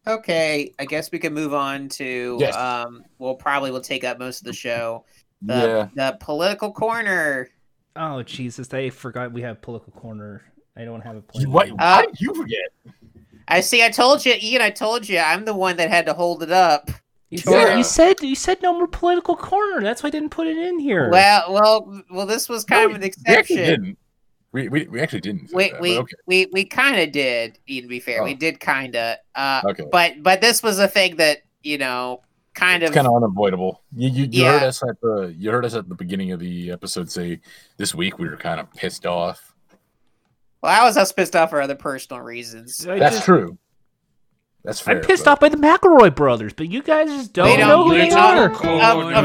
[SPEAKER 3] okay i guess we can move on to
[SPEAKER 2] Yes.
[SPEAKER 3] um we'll probably will take up most of the show
[SPEAKER 2] yeah.
[SPEAKER 3] the, the political corner
[SPEAKER 1] Oh Jesus! I forgot we have political corner. I don't have a plan.
[SPEAKER 2] You- What?
[SPEAKER 3] Uh,
[SPEAKER 2] how did you forget?
[SPEAKER 3] i see i told you ian i told you i'm the one that had to hold it up
[SPEAKER 1] You
[SPEAKER 2] Yeah.
[SPEAKER 1] said, you said you said no more political corner. That's why I didn't put it in here.
[SPEAKER 3] well well well this was kind
[SPEAKER 2] No,
[SPEAKER 3] of
[SPEAKER 2] We
[SPEAKER 3] an
[SPEAKER 2] actually
[SPEAKER 3] exception
[SPEAKER 2] didn't. We, we, we actually didn't. say
[SPEAKER 3] we
[SPEAKER 2] that, but
[SPEAKER 3] we,
[SPEAKER 2] okay.
[SPEAKER 3] we we kind of did Ian, to be fair
[SPEAKER 2] Oh.
[SPEAKER 3] we did kind of uh
[SPEAKER 2] Okay.
[SPEAKER 3] but but this was a thing that you know kind
[SPEAKER 2] It's
[SPEAKER 3] of,
[SPEAKER 2] kind of unavoidable. You, you, you heard
[SPEAKER 3] Yeah.
[SPEAKER 2] us at the you heard us at the beginning of the episode say this week we were kind of pissed off.
[SPEAKER 3] well i was also pissed off for other personal reasons
[SPEAKER 1] I
[SPEAKER 2] That's
[SPEAKER 1] just-
[SPEAKER 2] true. That's fair.
[SPEAKER 1] I'm pissed
[SPEAKER 2] but-
[SPEAKER 1] off by the McElroy brothers, but you guys just don't,
[SPEAKER 3] don't-
[SPEAKER 1] know who they
[SPEAKER 3] they don't-
[SPEAKER 1] are.
[SPEAKER 3] Um, um,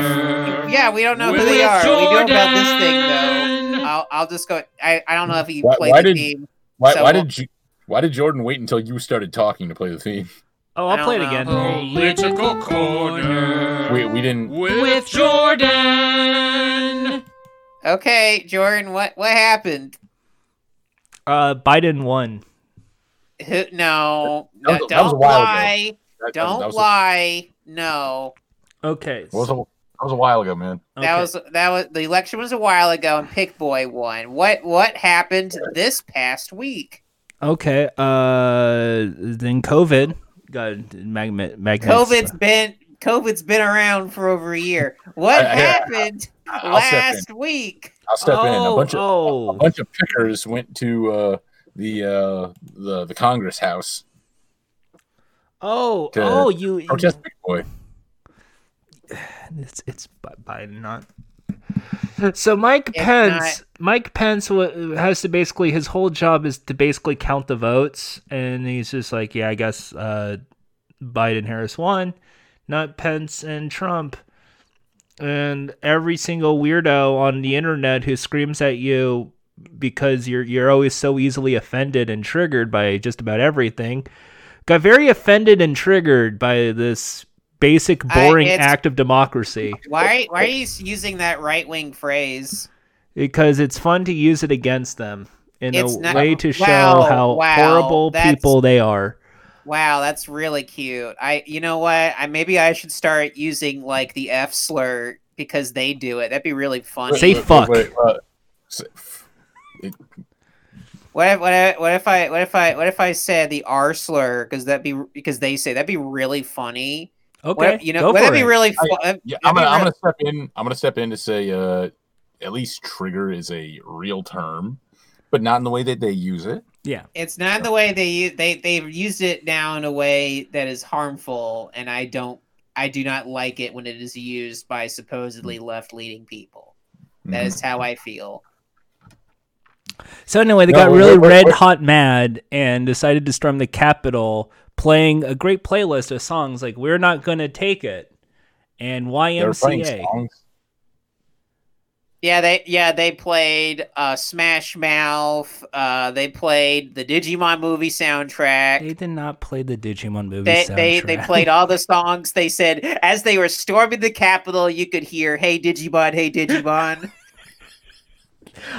[SPEAKER 3] yeah we don't know who they are we know about this thing though i'll, I'll just go I, I don't know if you
[SPEAKER 2] Why-
[SPEAKER 3] played
[SPEAKER 2] why
[SPEAKER 3] the
[SPEAKER 2] did-
[SPEAKER 3] game
[SPEAKER 2] Why,
[SPEAKER 3] so-
[SPEAKER 2] why did you? Why did Jordan wait until you started talking to play the theme?
[SPEAKER 1] Oh,
[SPEAKER 3] I
[SPEAKER 1] I'll
[SPEAKER 3] don't
[SPEAKER 1] play it
[SPEAKER 3] know.
[SPEAKER 1] again.
[SPEAKER 7] Political Corner
[SPEAKER 2] We, we didn't.
[SPEAKER 7] with Jordan.
[SPEAKER 3] okay jordan what what happened
[SPEAKER 1] Uh, Biden won.
[SPEAKER 3] who, no,
[SPEAKER 2] That was- that
[SPEAKER 3] no,
[SPEAKER 2] was a
[SPEAKER 3] don't
[SPEAKER 2] while ago.
[SPEAKER 3] lie
[SPEAKER 2] That,
[SPEAKER 3] don't
[SPEAKER 2] that was,
[SPEAKER 3] lie no
[SPEAKER 1] Okay.
[SPEAKER 2] A, that was a, that was a while ago, man.
[SPEAKER 3] That was that was the election was a while ago, and Pick Boy won. What what happened this past week?
[SPEAKER 1] okay. Uh, then COVID. God, magnet, magnet.
[SPEAKER 3] COVID's been COVID's been around for over a year. What
[SPEAKER 2] I- I-
[SPEAKER 3] happened
[SPEAKER 2] I'll step in.
[SPEAKER 3] last week?
[SPEAKER 2] I'll step in. A
[SPEAKER 1] Oh,
[SPEAKER 2] bunch of a
[SPEAKER 1] oh.
[SPEAKER 2] bunch of pickers went to uh, the uh, the the Congress House
[SPEAKER 1] oh,
[SPEAKER 2] to
[SPEAKER 1] oh, you.
[SPEAKER 2] protest Big Boy.
[SPEAKER 1] It's it's Bi- Biden, not. So Mike
[SPEAKER 3] It's
[SPEAKER 1] Pence, Mike Pence wa has to basically his whole job is to basically count the votes, and he's just like, yeah, I guess uh, Biden Harris won, not Pence and Trump. And every single weirdo on the internet who screams at you because you're you're always so easily offended and triggered by just about everything, got very offended and triggered by this basic,
[SPEAKER 3] I-
[SPEAKER 1] boring
[SPEAKER 3] it's-
[SPEAKER 1] act of democracy
[SPEAKER 3] Why? Why are you s- using that right wing phrase?
[SPEAKER 1] because it's fun to use it against them in
[SPEAKER 3] It's
[SPEAKER 1] a
[SPEAKER 3] not-
[SPEAKER 1] way to show
[SPEAKER 3] wow,
[SPEAKER 1] how
[SPEAKER 3] wow,
[SPEAKER 1] horrible
[SPEAKER 3] that's-
[SPEAKER 1] people they are.
[SPEAKER 3] Wow, that's really cute. I, you know what? I maybe I should start using like the F slur because they do it. That'd be really funny.
[SPEAKER 1] Say fuck.
[SPEAKER 2] uh, s-
[SPEAKER 3] What if, what if what if I what if I what if I said the R slur because that'd be because they say that'd be really funny. What
[SPEAKER 1] Okay,
[SPEAKER 3] if- you know
[SPEAKER 1] go
[SPEAKER 3] would
[SPEAKER 1] for
[SPEAKER 3] that be
[SPEAKER 1] it.
[SPEAKER 3] really
[SPEAKER 2] I-
[SPEAKER 3] fun? uh,
[SPEAKER 2] yeah, I'm gonna, I'm gonna step in. I'm gonna step in to say, uh, at least trigger is a real term, but not in the way that they use it.
[SPEAKER 3] It's not the way they u- they they've used it now in a way that is harmful, and I don't I do not like it when it is used by
[SPEAKER 1] Mm.
[SPEAKER 3] supposedly left leaning people. That
[SPEAKER 1] Mm-hmm.
[SPEAKER 3] is how I feel.
[SPEAKER 1] So anyway, they
[SPEAKER 2] No,
[SPEAKER 1] got
[SPEAKER 2] wait,
[SPEAKER 1] really
[SPEAKER 2] wait, wait,
[SPEAKER 1] red
[SPEAKER 2] wait.
[SPEAKER 1] hot mad and decided to storm the Capitol, playing a great playlist of songs like "We're Not Gonna Take It" and
[SPEAKER 2] They were Mm-hmm. playing
[SPEAKER 1] YMCA.
[SPEAKER 2] songs.
[SPEAKER 3] Yeah, they yeah they played uh, Smash Mouth. Uh, they played the Digimon movie soundtrack.
[SPEAKER 1] They did not play the Digimon movie
[SPEAKER 3] they, they they
[SPEAKER 1] soundtrack.
[SPEAKER 3] played all the songs. They said as they were storming the Capitol, you could hear "Hey Digimon, Hey Digimon."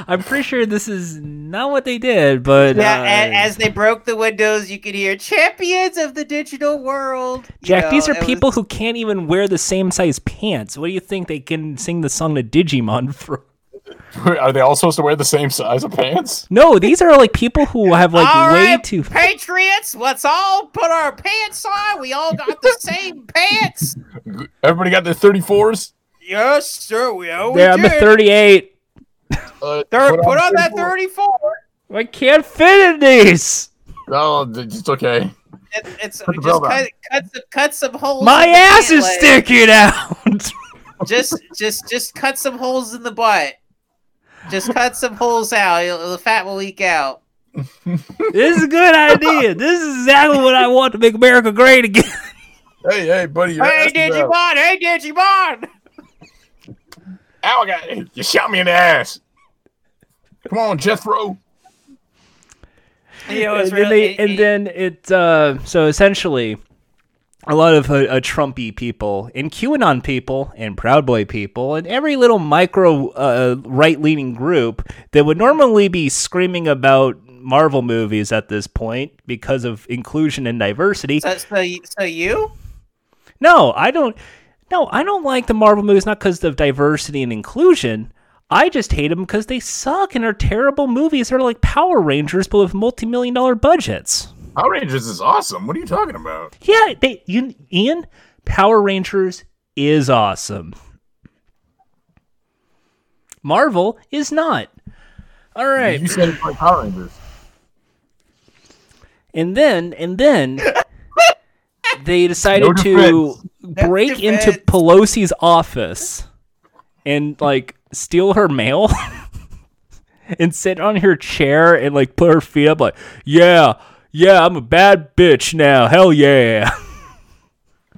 [SPEAKER 1] I'm pretty sure this is not what they did, but
[SPEAKER 3] yeah,
[SPEAKER 1] uh,
[SPEAKER 3] a- as they broke the windows, you could hear "Champions of the Digital World." You
[SPEAKER 1] Jack,
[SPEAKER 3] know,
[SPEAKER 1] these are
[SPEAKER 3] it was-
[SPEAKER 1] people who can't even wear the same size pants. What do you think they can sing the song to Digimon for?
[SPEAKER 2] Are they all supposed to wear the same size of pants?
[SPEAKER 1] No, these are like people who have like
[SPEAKER 3] All
[SPEAKER 1] way
[SPEAKER 3] right,
[SPEAKER 1] too.
[SPEAKER 3] Patriots, let's all put our pants on. We all got the same pants.
[SPEAKER 2] Everybody got their 34s.
[SPEAKER 3] Yes, sir. We always
[SPEAKER 1] Yeah, I'm a
[SPEAKER 3] did.
[SPEAKER 1] 38.
[SPEAKER 2] Uh,
[SPEAKER 3] Thir- put, on that
[SPEAKER 2] 34.
[SPEAKER 3] 34.
[SPEAKER 1] I can't fit in these.
[SPEAKER 2] Oh, th- it's okay.
[SPEAKER 3] It, it's
[SPEAKER 2] Put the
[SPEAKER 3] just
[SPEAKER 2] belt on.
[SPEAKER 3] cut, cut, some, cut some holes.
[SPEAKER 1] My
[SPEAKER 3] in the
[SPEAKER 1] ass
[SPEAKER 3] pant
[SPEAKER 1] is
[SPEAKER 3] leg.
[SPEAKER 1] sticking out.
[SPEAKER 3] just just just cut some holes in the butt. Just cut some holes out. You'll- The fat will leak out.
[SPEAKER 1] this is a good idea. This is exactly what I want to make America great again.
[SPEAKER 2] Hey, hey, buddy. your ass
[SPEAKER 3] Hey
[SPEAKER 2] is out.
[SPEAKER 3] Digimon! Hey Digimon!
[SPEAKER 2] Ow, I got you shot me in the ass. Come on, Jethro.
[SPEAKER 3] You know,
[SPEAKER 1] and
[SPEAKER 3] it's
[SPEAKER 1] then
[SPEAKER 3] really,
[SPEAKER 1] they- and then it. Uh, so essentially, a lot of uh, uh, Trumpy people and QAnon people and Proud Boy people and every little micro uh, right leaning group that would normally be screaming about Marvel movies at this point because of inclusion and diversity.
[SPEAKER 3] so, so, y- so you?
[SPEAKER 1] No, I don't. No, I don't like the Marvel movies not because of diversity and inclusion. I just hate them because they suck and are terrible movies. They're like Power Rangers, but with multi-million dollar budgets.
[SPEAKER 2] Power Rangers is awesome. What are you talking about?
[SPEAKER 1] Yeah, they. You, Ian, Power Rangers is awesome. Marvel is not. All right.
[SPEAKER 2] You said it's like Power Rangers.
[SPEAKER 1] And then and then they decided
[SPEAKER 2] No
[SPEAKER 1] to break
[SPEAKER 3] No
[SPEAKER 1] into
[SPEAKER 3] defense.
[SPEAKER 1] Pelosi's office and like steal her mail and sit on her chair and like put her feet up like, "Yeah, yeah, I'm a bad bitch now. Hell yeah."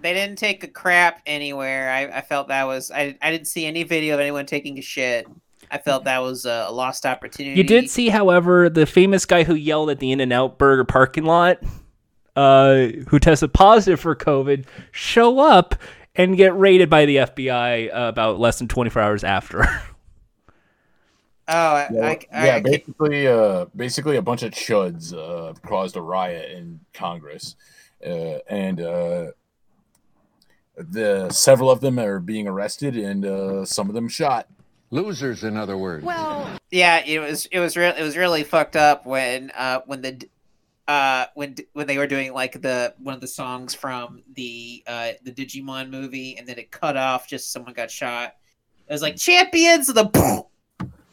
[SPEAKER 3] They didn't take a crap anywhere. I, I felt that was I, I didn't see any video of anyone taking a shit. I felt that was a, a lost opportunity.
[SPEAKER 1] You did see, however, the famous guy who yelled at the In and Out Burger parking lot, uh, who tested positive for COVID, show up and get raided by the FBI uh, about less than 24 hours after.
[SPEAKER 3] Oh, I,
[SPEAKER 2] Yeah,
[SPEAKER 3] I, I,
[SPEAKER 2] yeah
[SPEAKER 3] I can't-
[SPEAKER 2] basically, uh, basically a bunch of chuds uh, caused a riot in Congress, uh, and uh, the several of them are being arrested, and uh, some of them shot.
[SPEAKER 5] Losers, in other words.
[SPEAKER 3] Yeah, it was it was real it was really fucked up when uh when the d- uh when d- when they were doing like the one of the songs from the uh the Digimon movie and then it cut off just someone got shot. It was like champions of the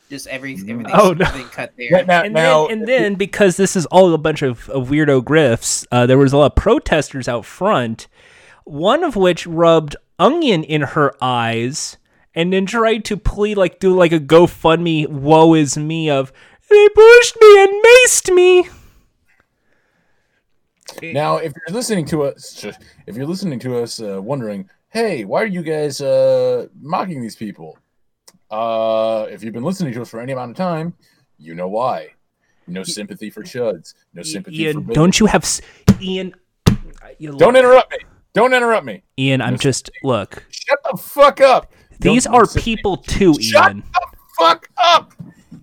[SPEAKER 3] just every everything,
[SPEAKER 1] Oh, no.
[SPEAKER 3] everything cut there.
[SPEAKER 2] Now, Uh, now,
[SPEAKER 1] and then, and then because this is all a bunch of, of weirdo grifts, uh, there was a lot of protesters out front, one of which rubbed onion in her eyes and then tried to plead like do like a GoFundMe woe is me of they pushed me and maced me.
[SPEAKER 2] Now, if you're listening to us, if you're listening to us, uh, wondering, hey, why are you guys uh, mocking these people? Uh, if you've been listening to us for any amount of time, you know why. No sympathy for chuds. No sympathy for.
[SPEAKER 1] Ian,
[SPEAKER 2] bitches.
[SPEAKER 1] don't you have s- Ian? you
[SPEAKER 2] Don't interrupt me. Don't interrupt me.
[SPEAKER 1] Ian, I'm just look.
[SPEAKER 2] Shut the fuck up.
[SPEAKER 1] These
[SPEAKER 2] Don't
[SPEAKER 1] are
[SPEAKER 2] sit-
[SPEAKER 1] people too,
[SPEAKER 2] Shut
[SPEAKER 1] Ian.
[SPEAKER 2] the fuck up.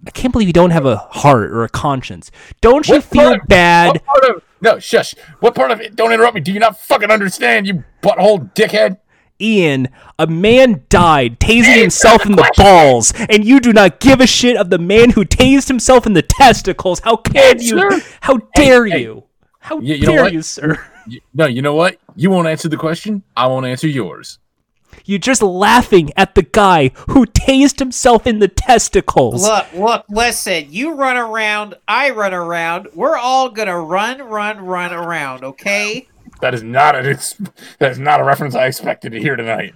[SPEAKER 1] I can't believe you don't have a heart or a conscience. Don't you
[SPEAKER 2] What
[SPEAKER 1] feel
[SPEAKER 2] part-
[SPEAKER 1] bad?
[SPEAKER 2] What part of no shush? What part of it? Don't interrupt me. Do you not fucking understand, you butthole dickhead?
[SPEAKER 1] Ian, a man died tasing himself in the balls, and you do not give a shit of the man who tased himself in the testicles. How can you?
[SPEAKER 2] Answer.
[SPEAKER 1] How dare you? How
[SPEAKER 2] You- you know
[SPEAKER 1] dare
[SPEAKER 2] what?
[SPEAKER 1] you, sir?
[SPEAKER 2] You- no, you know what? You won't answer the question. I won't answer yours.
[SPEAKER 1] You're just laughing at the guy who tased himself in the testicles.
[SPEAKER 3] Look, look, listen. You run around, I run around. We're all gonna run, run, run around. Okay?
[SPEAKER 2] That is not a that is not a reference I expected to hear tonight.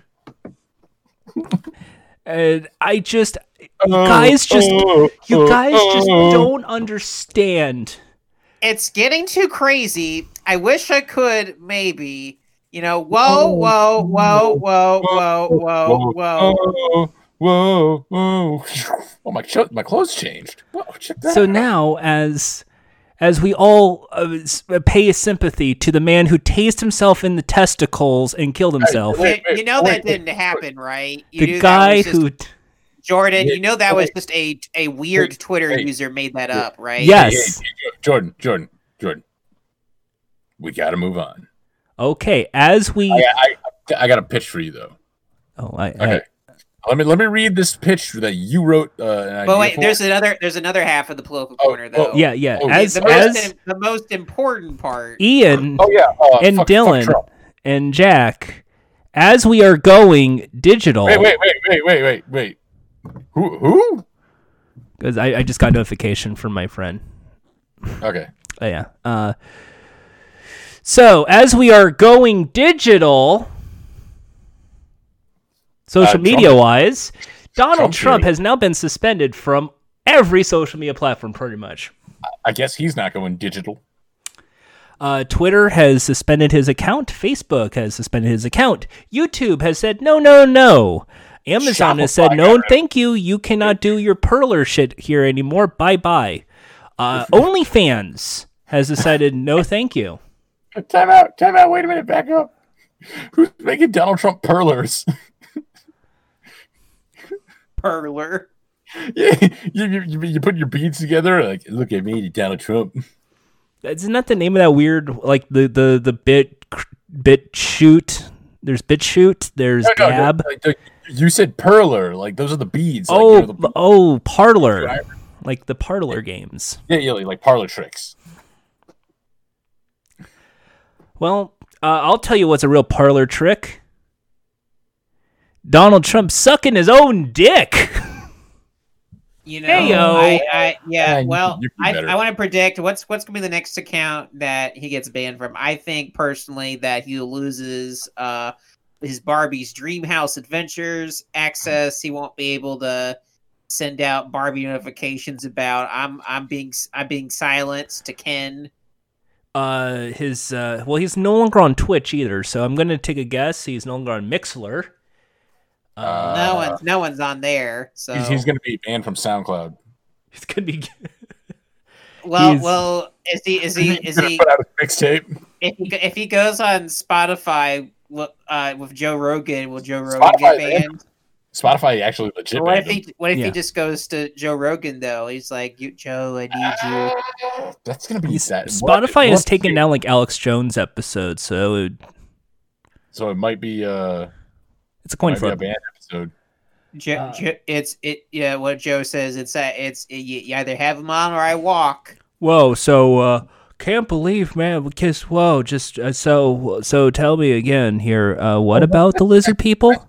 [SPEAKER 1] And I just, you guys just,
[SPEAKER 2] Oh, Uh,
[SPEAKER 1] you guys just don't understand.
[SPEAKER 3] It's getting too crazy. I wish I could, maybe. You know, whoa, whoa, whoa, whoa, whoa,
[SPEAKER 2] oh.
[SPEAKER 3] whoa, whoa.
[SPEAKER 2] whoa, whoa, whoa. Oh my, ch- my clothes changed. Whoa, check that.
[SPEAKER 1] So
[SPEAKER 2] out.
[SPEAKER 1] now, as as we all uh, s- pay sympathy to the man who tased himself in the testicles and killed himself,
[SPEAKER 2] wait,
[SPEAKER 3] You- You know
[SPEAKER 2] wait,
[SPEAKER 3] that
[SPEAKER 2] wait,
[SPEAKER 3] didn't happen, right? You knew
[SPEAKER 1] the
[SPEAKER 3] that
[SPEAKER 1] guy
[SPEAKER 3] was just-
[SPEAKER 1] who,
[SPEAKER 3] Jordan,
[SPEAKER 2] Yeah,
[SPEAKER 3] you know that was
[SPEAKER 2] wait.
[SPEAKER 3] just a a weird
[SPEAKER 2] Wait,
[SPEAKER 3] Twitter
[SPEAKER 2] wait.
[SPEAKER 3] user made that
[SPEAKER 2] Yeah.
[SPEAKER 3] up, right?
[SPEAKER 1] yes,
[SPEAKER 2] Hey, hey, hey, Jordan, Jordan, Jordan. We gotta move on.
[SPEAKER 1] okay, as we,
[SPEAKER 2] I, I, I got a pitch for you though.
[SPEAKER 1] oh, I,
[SPEAKER 2] Okay.
[SPEAKER 1] I-
[SPEAKER 2] Let me let me read this pitch that you wrote. Uh, an idea
[SPEAKER 3] But wait,
[SPEAKER 2] for.
[SPEAKER 3] there's another there's another half of the political
[SPEAKER 2] Oh,
[SPEAKER 3] corner though.
[SPEAKER 2] oh,
[SPEAKER 1] yeah, yeah,
[SPEAKER 2] Oh, yeah,
[SPEAKER 1] as
[SPEAKER 3] the most,
[SPEAKER 1] as
[SPEAKER 3] the most important part.
[SPEAKER 1] Ian
[SPEAKER 2] Oh yeah. Oh,
[SPEAKER 1] and
[SPEAKER 2] fuck- fuck
[SPEAKER 1] Dylan
[SPEAKER 2] Trump.
[SPEAKER 1] and Jack, as we are going digital,
[SPEAKER 2] Wait, wait, wait, wait, wait, wait, wait. Who? Who?
[SPEAKER 1] because I, I just got notification from my friend.
[SPEAKER 2] Okay.
[SPEAKER 1] Oh, yeah. Uh, so as we are going digital,
[SPEAKER 2] Uh,
[SPEAKER 1] social
[SPEAKER 2] Trump-
[SPEAKER 1] media wise, Donald
[SPEAKER 2] Trump
[SPEAKER 1] Trump
[SPEAKER 2] theory.
[SPEAKER 1] has now been suspended from every social media platform, pretty much.
[SPEAKER 2] I guess he's not going digital.
[SPEAKER 1] Uh, Twitter has suspended his account. Facebook has suspended his account. YouTube has said no, no, no. Amazon has said
[SPEAKER 2] Shopify
[SPEAKER 1] no,
[SPEAKER 2] got it.
[SPEAKER 1] thank you. You cannot do your perler shit here anymore. Bye bye. Uh, OnlyFans has decided no, thank you.
[SPEAKER 2] Time out. Time out. Wait a minute. Back up. Who's making Donald Trump perlers?
[SPEAKER 3] Perler.
[SPEAKER 2] you, you, you, you put your beads together. Like, look at me, Donald Trump.
[SPEAKER 1] Isn't that the name of that weird like the the the bit bit shoot? There's bit shoot. There's
[SPEAKER 2] No, no, no,
[SPEAKER 1] gab.
[SPEAKER 2] like, like, you said perler. Like those are the beads. Like,
[SPEAKER 1] oh
[SPEAKER 2] you know, the-
[SPEAKER 1] oh parlor, like the parlor games.
[SPEAKER 2] yeah, yeah, like, like parlor tricks.
[SPEAKER 1] Well, uh, I'll tell you what's a real parlor trick. Donald Trump sucking his own dick.
[SPEAKER 3] You know,
[SPEAKER 1] Hey, yo.
[SPEAKER 3] I, I
[SPEAKER 2] Yeah,
[SPEAKER 3] yeah.
[SPEAKER 2] you-
[SPEAKER 3] Well,
[SPEAKER 2] you can
[SPEAKER 3] I,
[SPEAKER 2] better.
[SPEAKER 3] I want to predict what's what's gonna be the next account that he gets banned from. I think personally that he loses uh his Barbie's Dream House Adventures access. He won't be able to send out Barbie notifications about I'm I'm being I'm being silenced to Ken.
[SPEAKER 1] Uh, his uh, well, he's no longer on Twitch either. So I'm gonna take a guess. He's no longer on Mixler. Uh,
[SPEAKER 3] no
[SPEAKER 2] Uh,
[SPEAKER 3] one's no one's on there. So
[SPEAKER 2] He's, he's going to be banned from SoundCloud.
[SPEAKER 1] he's gonna be.
[SPEAKER 3] well
[SPEAKER 1] he's-
[SPEAKER 3] well is he is he
[SPEAKER 2] He's
[SPEAKER 3] is
[SPEAKER 2] gonna
[SPEAKER 3] he
[SPEAKER 2] put out a mixtape?
[SPEAKER 3] if he, go- if he goes on Spotify w- uh, with Joe Rogan, will Joe Rogan
[SPEAKER 2] Spotify
[SPEAKER 3] get
[SPEAKER 2] banned
[SPEAKER 3] banned?
[SPEAKER 2] Spotify actually legit.
[SPEAKER 3] What if
[SPEAKER 2] banned him.
[SPEAKER 3] he what if
[SPEAKER 1] Yeah.
[SPEAKER 3] he just goes to Joe Rogan though? He's like, you, Joe, I need
[SPEAKER 2] Uh,
[SPEAKER 3] you.
[SPEAKER 2] That's going to be sad.
[SPEAKER 1] Spotify has taken down like Alex Jones episodes, so it,
[SPEAKER 2] So it might be uh
[SPEAKER 1] it's a coin
[SPEAKER 2] might be a
[SPEAKER 1] flip.
[SPEAKER 2] band episode.
[SPEAKER 3] Joe,
[SPEAKER 1] Uh,
[SPEAKER 3] Joe, it's it. Yeah, what Joe says. It's uh, it's you, you either have him on or I walk.
[SPEAKER 1] Whoa, so uh can't believe man we kiss whoa just uh, so so tell me again here uh what
[SPEAKER 2] Oh,
[SPEAKER 1] about the lizard people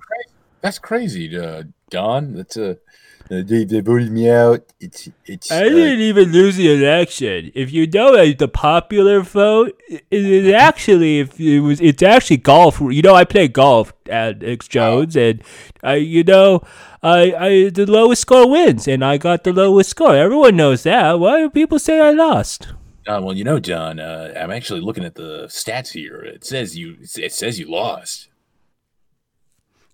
[SPEAKER 2] That's crazy, uh, Don. That's a uh, they, they voted me out. It's it's uh,
[SPEAKER 1] even lose the election if you know like, the popular vote it is actually if it was it's actually golf you know i play golf at x jones and i you know I, I the lowest score wins and i got the lowest score everyone knows that why do people say i lost
[SPEAKER 2] Don. Well, you know, Don. Uh, I'm actually looking at the stats here. It says you. It says you lost.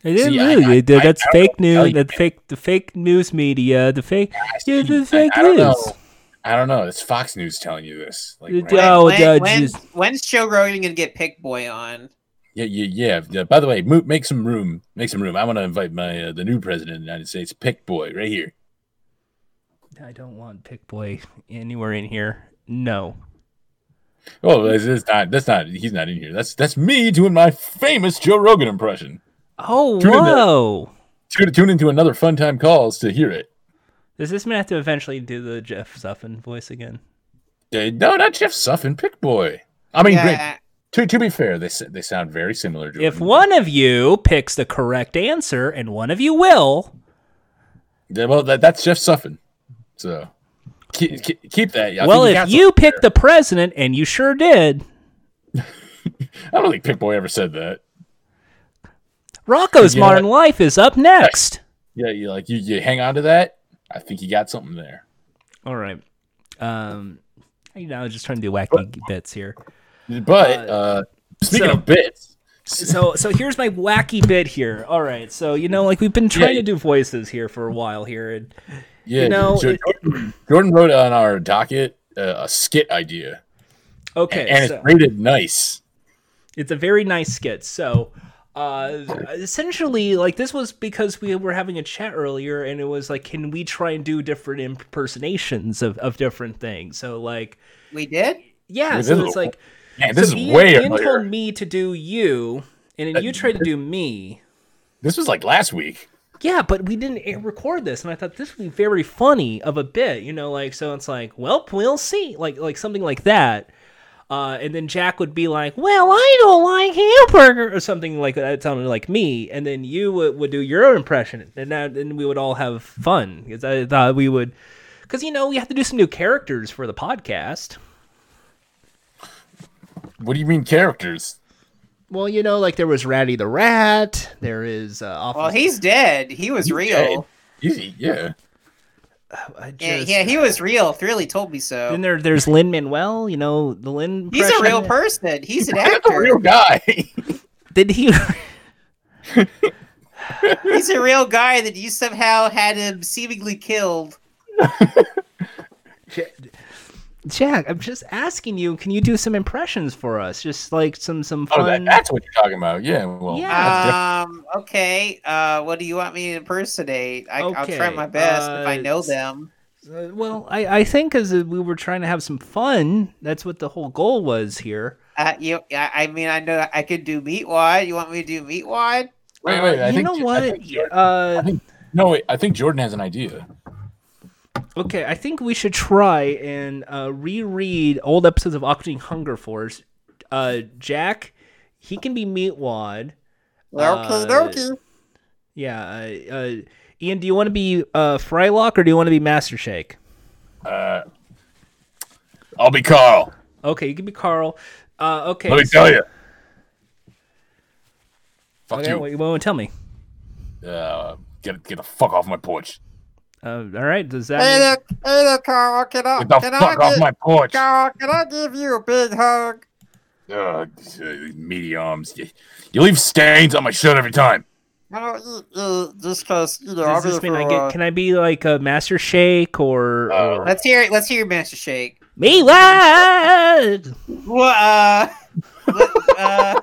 [SPEAKER 1] I didn't
[SPEAKER 2] See, I-
[SPEAKER 1] really.
[SPEAKER 2] I-
[SPEAKER 1] Th-
[SPEAKER 2] I-
[SPEAKER 1] that's
[SPEAKER 2] I don't
[SPEAKER 1] fake
[SPEAKER 2] know how
[SPEAKER 1] news.
[SPEAKER 2] you
[SPEAKER 1] That fake, the fake news media. The fake. Yeah, the
[SPEAKER 2] I,
[SPEAKER 1] fake
[SPEAKER 2] I don't
[SPEAKER 1] news.
[SPEAKER 2] know. I don't know. It's Fox News telling you this. Like,
[SPEAKER 1] It-
[SPEAKER 2] right?
[SPEAKER 1] Oh,
[SPEAKER 3] when,
[SPEAKER 1] yeah,
[SPEAKER 3] when,
[SPEAKER 1] just-
[SPEAKER 3] when's Joe Rogan gonna get Pick Boy on?
[SPEAKER 2] Yeah, yeah, yeah. yeah. By the way, mo- make some room. Make some room. I want to invite my uh, the new president of the United States, Pick Boy, right here.
[SPEAKER 1] I don't want Pick Boy anywhere in here. No.
[SPEAKER 2] Oh, that's, that's not. That's not. He's not in here. That's that's me doing my famous Joe Rogan impression.
[SPEAKER 1] Oh,
[SPEAKER 2] Tune in there.
[SPEAKER 1] whoa.
[SPEAKER 2] Tune, tune into another fun time calls to hear it.
[SPEAKER 1] Does this mean I have to eventually do the Jeff Zuffin voice again?
[SPEAKER 2] Uh, no, not Jeff Suffin, Pick Boy. I mean,
[SPEAKER 3] Yeah,
[SPEAKER 2] great. To, to be fair, they s- they sound very similar. Jordan.
[SPEAKER 1] If one of you picks the correct answer, and one of you will,
[SPEAKER 2] Yeah, well, that, that's Jeff Suffin. So keep, keep, keep that. Yeah, I
[SPEAKER 1] well,
[SPEAKER 2] think
[SPEAKER 1] if
[SPEAKER 2] he got
[SPEAKER 1] you pick the president, and you sure did,
[SPEAKER 2] some- I don't think Pick Boy ever said that.
[SPEAKER 1] Rocco's
[SPEAKER 2] Yeah.
[SPEAKER 1] Modern Life is up next.
[SPEAKER 2] Yeah, you like you, you hang on to that. I think he got something there.
[SPEAKER 1] All right. Um, you know, I was just trying to do wacky bits here.
[SPEAKER 2] But uh, speaking
[SPEAKER 1] so-
[SPEAKER 2] of bits,
[SPEAKER 1] So, so here's my wacky bit here. All right. So, you know, like we've been trying
[SPEAKER 2] Yeah.
[SPEAKER 1] to do voices here for a while here, and
[SPEAKER 2] yeah,
[SPEAKER 1] you know,
[SPEAKER 2] so
[SPEAKER 1] it-
[SPEAKER 2] Jordan, Jordan wrote on our docket uh, a skit idea,
[SPEAKER 1] okay,
[SPEAKER 2] and
[SPEAKER 1] so-
[SPEAKER 2] it's rated nice.
[SPEAKER 1] it's a very nice skit so uh essentially like this was because we were having a chat earlier and it was like can we try and do different impersonations of, of different things so like
[SPEAKER 3] we did.
[SPEAKER 1] yeah
[SPEAKER 2] Well, this
[SPEAKER 1] so
[SPEAKER 2] is-
[SPEAKER 1] it's like
[SPEAKER 2] Man, this
[SPEAKER 1] so
[SPEAKER 2] is
[SPEAKER 1] Ian,
[SPEAKER 2] way Uh,
[SPEAKER 1] Ian
[SPEAKER 2] earlier.
[SPEAKER 1] told me to do you and then you tried to do me
[SPEAKER 2] This was like last week.
[SPEAKER 1] yeah but we didn't air- record this and i thought this would be very funny of a bit you know like so it's like well we'll see like like something like that uh, and then Jack would be like, "Well, I don't like hamburger," or something like that. It sounded like me. And then you would, would do your impression, and that, then we would all have fun because I thought we would, because you know we have to do some new characters for the podcast.
[SPEAKER 2] What do you mean characters?
[SPEAKER 1] Well, you know, like there was Ratty the Rat. There is uh, off.
[SPEAKER 3] Well, he's dead. He was real.
[SPEAKER 2] Easy, yeah.
[SPEAKER 1] I
[SPEAKER 3] Yeah,
[SPEAKER 1] just-
[SPEAKER 3] yeah, he was real. Thrilly told me so.
[SPEAKER 1] Then there, there's Lin Manuel. You know, the Lin.
[SPEAKER 3] He's a real
[SPEAKER 1] impression.
[SPEAKER 3] person. He's an
[SPEAKER 2] That's a real
[SPEAKER 3] actor.
[SPEAKER 2] guy.
[SPEAKER 1] Did he?
[SPEAKER 3] He's a real guy that you somehow had him seemingly killed.
[SPEAKER 1] Jack, I'm just asking you. Can you do some impressions for us? Just like some some
[SPEAKER 2] oh,
[SPEAKER 1] fun.
[SPEAKER 2] that, that's what you're talking about. Yeah. Well,
[SPEAKER 1] Yeah.
[SPEAKER 2] that's different.
[SPEAKER 3] Um. Okay. Uh. What do you want me to impersonate? I, I'll try
[SPEAKER 1] Okay,
[SPEAKER 3] my best if I
[SPEAKER 1] uh,
[SPEAKER 3] know them.
[SPEAKER 1] Uh, well, I, I think as we were trying to have some fun, that's what the whole goal was here.
[SPEAKER 3] Uh, you. I, I mean, I know I could do meat wad. You want me to do meat wad?
[SPEAKER 2] wait, wait. I
[SPEAKER 1] uh, you
[SPEAKER 2] think,
[SPEAKER 1] know
[SPEAKER 2] I
[SPEAKER 1] what?
[SPEAKER 2] think Jordan-
[SPEAKER 1] uh,
[SPEAKER 2] no, wait. I think Jordan has an idea.
[SPEAKER 1] okay, I think we should try and uh, reread old episodes of Octane Hunger Force. Uh, Jack, he can be Meatwad. Uh,
[SPEAKER 3] Lurky, lurky.
[SPEAKER 1] Yeah. Uh, uh, Ian, do you want to be uh, Frylock or do you want to be Master Shake?
[SPEAKER 2] I'll be Carl.
[SPEAKER 1] Okay, you can be Carl. Uh, okay.
[SPEAKER 2] Let me
[SPEAKER 1] so-
[SPEAKER 2] tell you. Fuck
[SPEAKER 1] Okay,
[SPEAKER 2] you.
[SPEAKER 1] wait, wait, wait, tell me.
[SPEAKER 2] Uh, get get the fuck off my porch.
[SPEAKER 1] Uh, all right. Does
[SPEAKER 3] Hey,
[SPEAKER 1] that?
[SPEAKER 3] look, hey, look, Carl. Can I?
[SPEAKER 2] Get the
[SPEAKER 3] Can I
[SPEAKER 2] fuck off
[SPEAKER 3] give,
[SPEAKER 2] my porch.
[SPEAKER 3] Carl, can I give you a big hug?
[SPEAKER 2] Ugh, these, uh, these meaty arms. You, you leave stains on my shirt every time.
[SPEAKER 3] I don't eat you just 'cause, you know.
[SPEAKER 1] Mean,
[SPEAKER 3] I'm
[SPEAKER 1] does this
[SPEAKER 3] here
[SPEAKER 1] mean I
[SPEAKER 3] for, uh,
[SPEAKER 1] get? Can I be like a Master Shake or?
[SPEAKER 2] Uh,
[SPEAKER 1] or...
[SPEAKER 3] Let's hear it. Let's hear your master shake.
[SPEAKER 1] Meanwhile,
[SPEAKER 3] Well, uh, let- uh,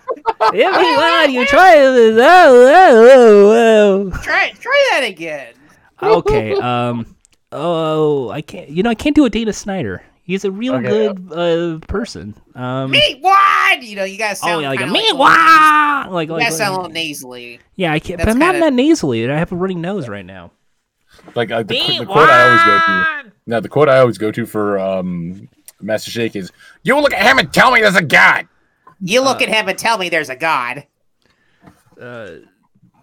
[SPEAKER 1] meanwhile, you try this. Oh, oh,
[SPEAKER 3] try try that again.
[SPEAKER 1] oh. Okay. Um. Oh, I can't. You know, I can't do a Dana Snyder. He's a real
[SPEAKER 2] Okay.
[SPEAKER 1] good uh, person. Um.
[SPEAKER 3] Meat wad. You know, you gotta
[SPEAKER 1] Oh,
[SPEAKER 3] sound
[SPEAKER 1] yeah, like a
[SPEAKER 3] kinda
[SPEAKER 1] me
[SPEAKER 3] like-
[SPEAKER 1] Like, like,
[SPEAKER 3] You gotta
[SPEAKER 1] like-
[SPEAKER 3] sound a little nasally.
[SPEAKER 1] yeah, I can't. But
[SPEAKER 3] that's
[SPEAKER 1] I'm not
[SPEAKER 3] kinda-
[SPEAKER 1] that nasally. I have a running nose right now.
[SPEAKER 2] Like uh, the, qu- the quote I always go to. Now the quote I always go to for um, Master Shake is, "You look at him and tell me there's a god."
[SPEAKER 3] You
[SPEAKER 2] Uh,
[SPEAKER 3] look at him and tell me there's a god.
[SPEAKER 1] Uh,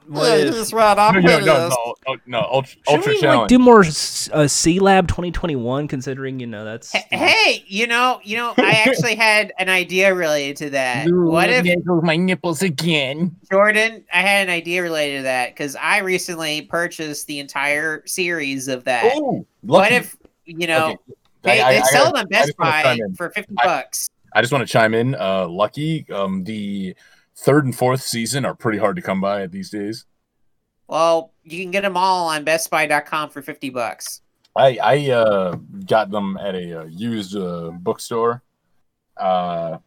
[SPEAKER 3] Well,
[SPEAKER 1] if-
[SPEAKER 3] just right off
[SPEAKER 2] No,
[SPEAKER 3] into
[SPEAKER 2] no, no,
[SPEAKER 3] this.
[SPEAKER 2] no, no, no, ultra,
[SPEAKER 1] should
[SPEAKER 2] ultra
[SPEAKER 1] we like
[SPEAKER 2] challenge.
[SPEAKER 1] do more s- uh, C Lab 2021? Considering you know that's
[SPEAKER 3] H- Hey, you know, you know, I actually had an idea related to that. What if
[SPEAKER 2] my nipples again?
[SPEAKER 3] Jordan? I had an idea related to that because I recently purchased the entire series of that.
[SPEAKER 2] Oh,
[SPEAKER 3] what if you know
[SPEAKER 2] Okay.
[SPEAKER 3] they,
[SPEAKER 2] I- I-
[SPEAKER 3] they
[SPEAKER 2] I
[SPEAKER 3] sell
[SPEAKER 2] gotta-
[SPEAKER 3] them at
[SPEAKER 2] I
[SPEAKER 3] Best
[SPEAKER 2] just wanna
[SPEAKER 3] Buy
[SPEAKER 2] chime in.
[SPEAKER 3] for fifty
[SPEAKER 2] I-
[SPEAKER 3] bucks?
[SPEAKER 2] I just want to chime in. Uh, Lucky, um, the third and fourth season are pretty hard to come by these days.
[SPEAKER 3] Well, you can get them all on BestBuy.com for fifty bucks.
[SPEAKER 2] I I uh, got them at a uh, used uh, bookstore. Uh,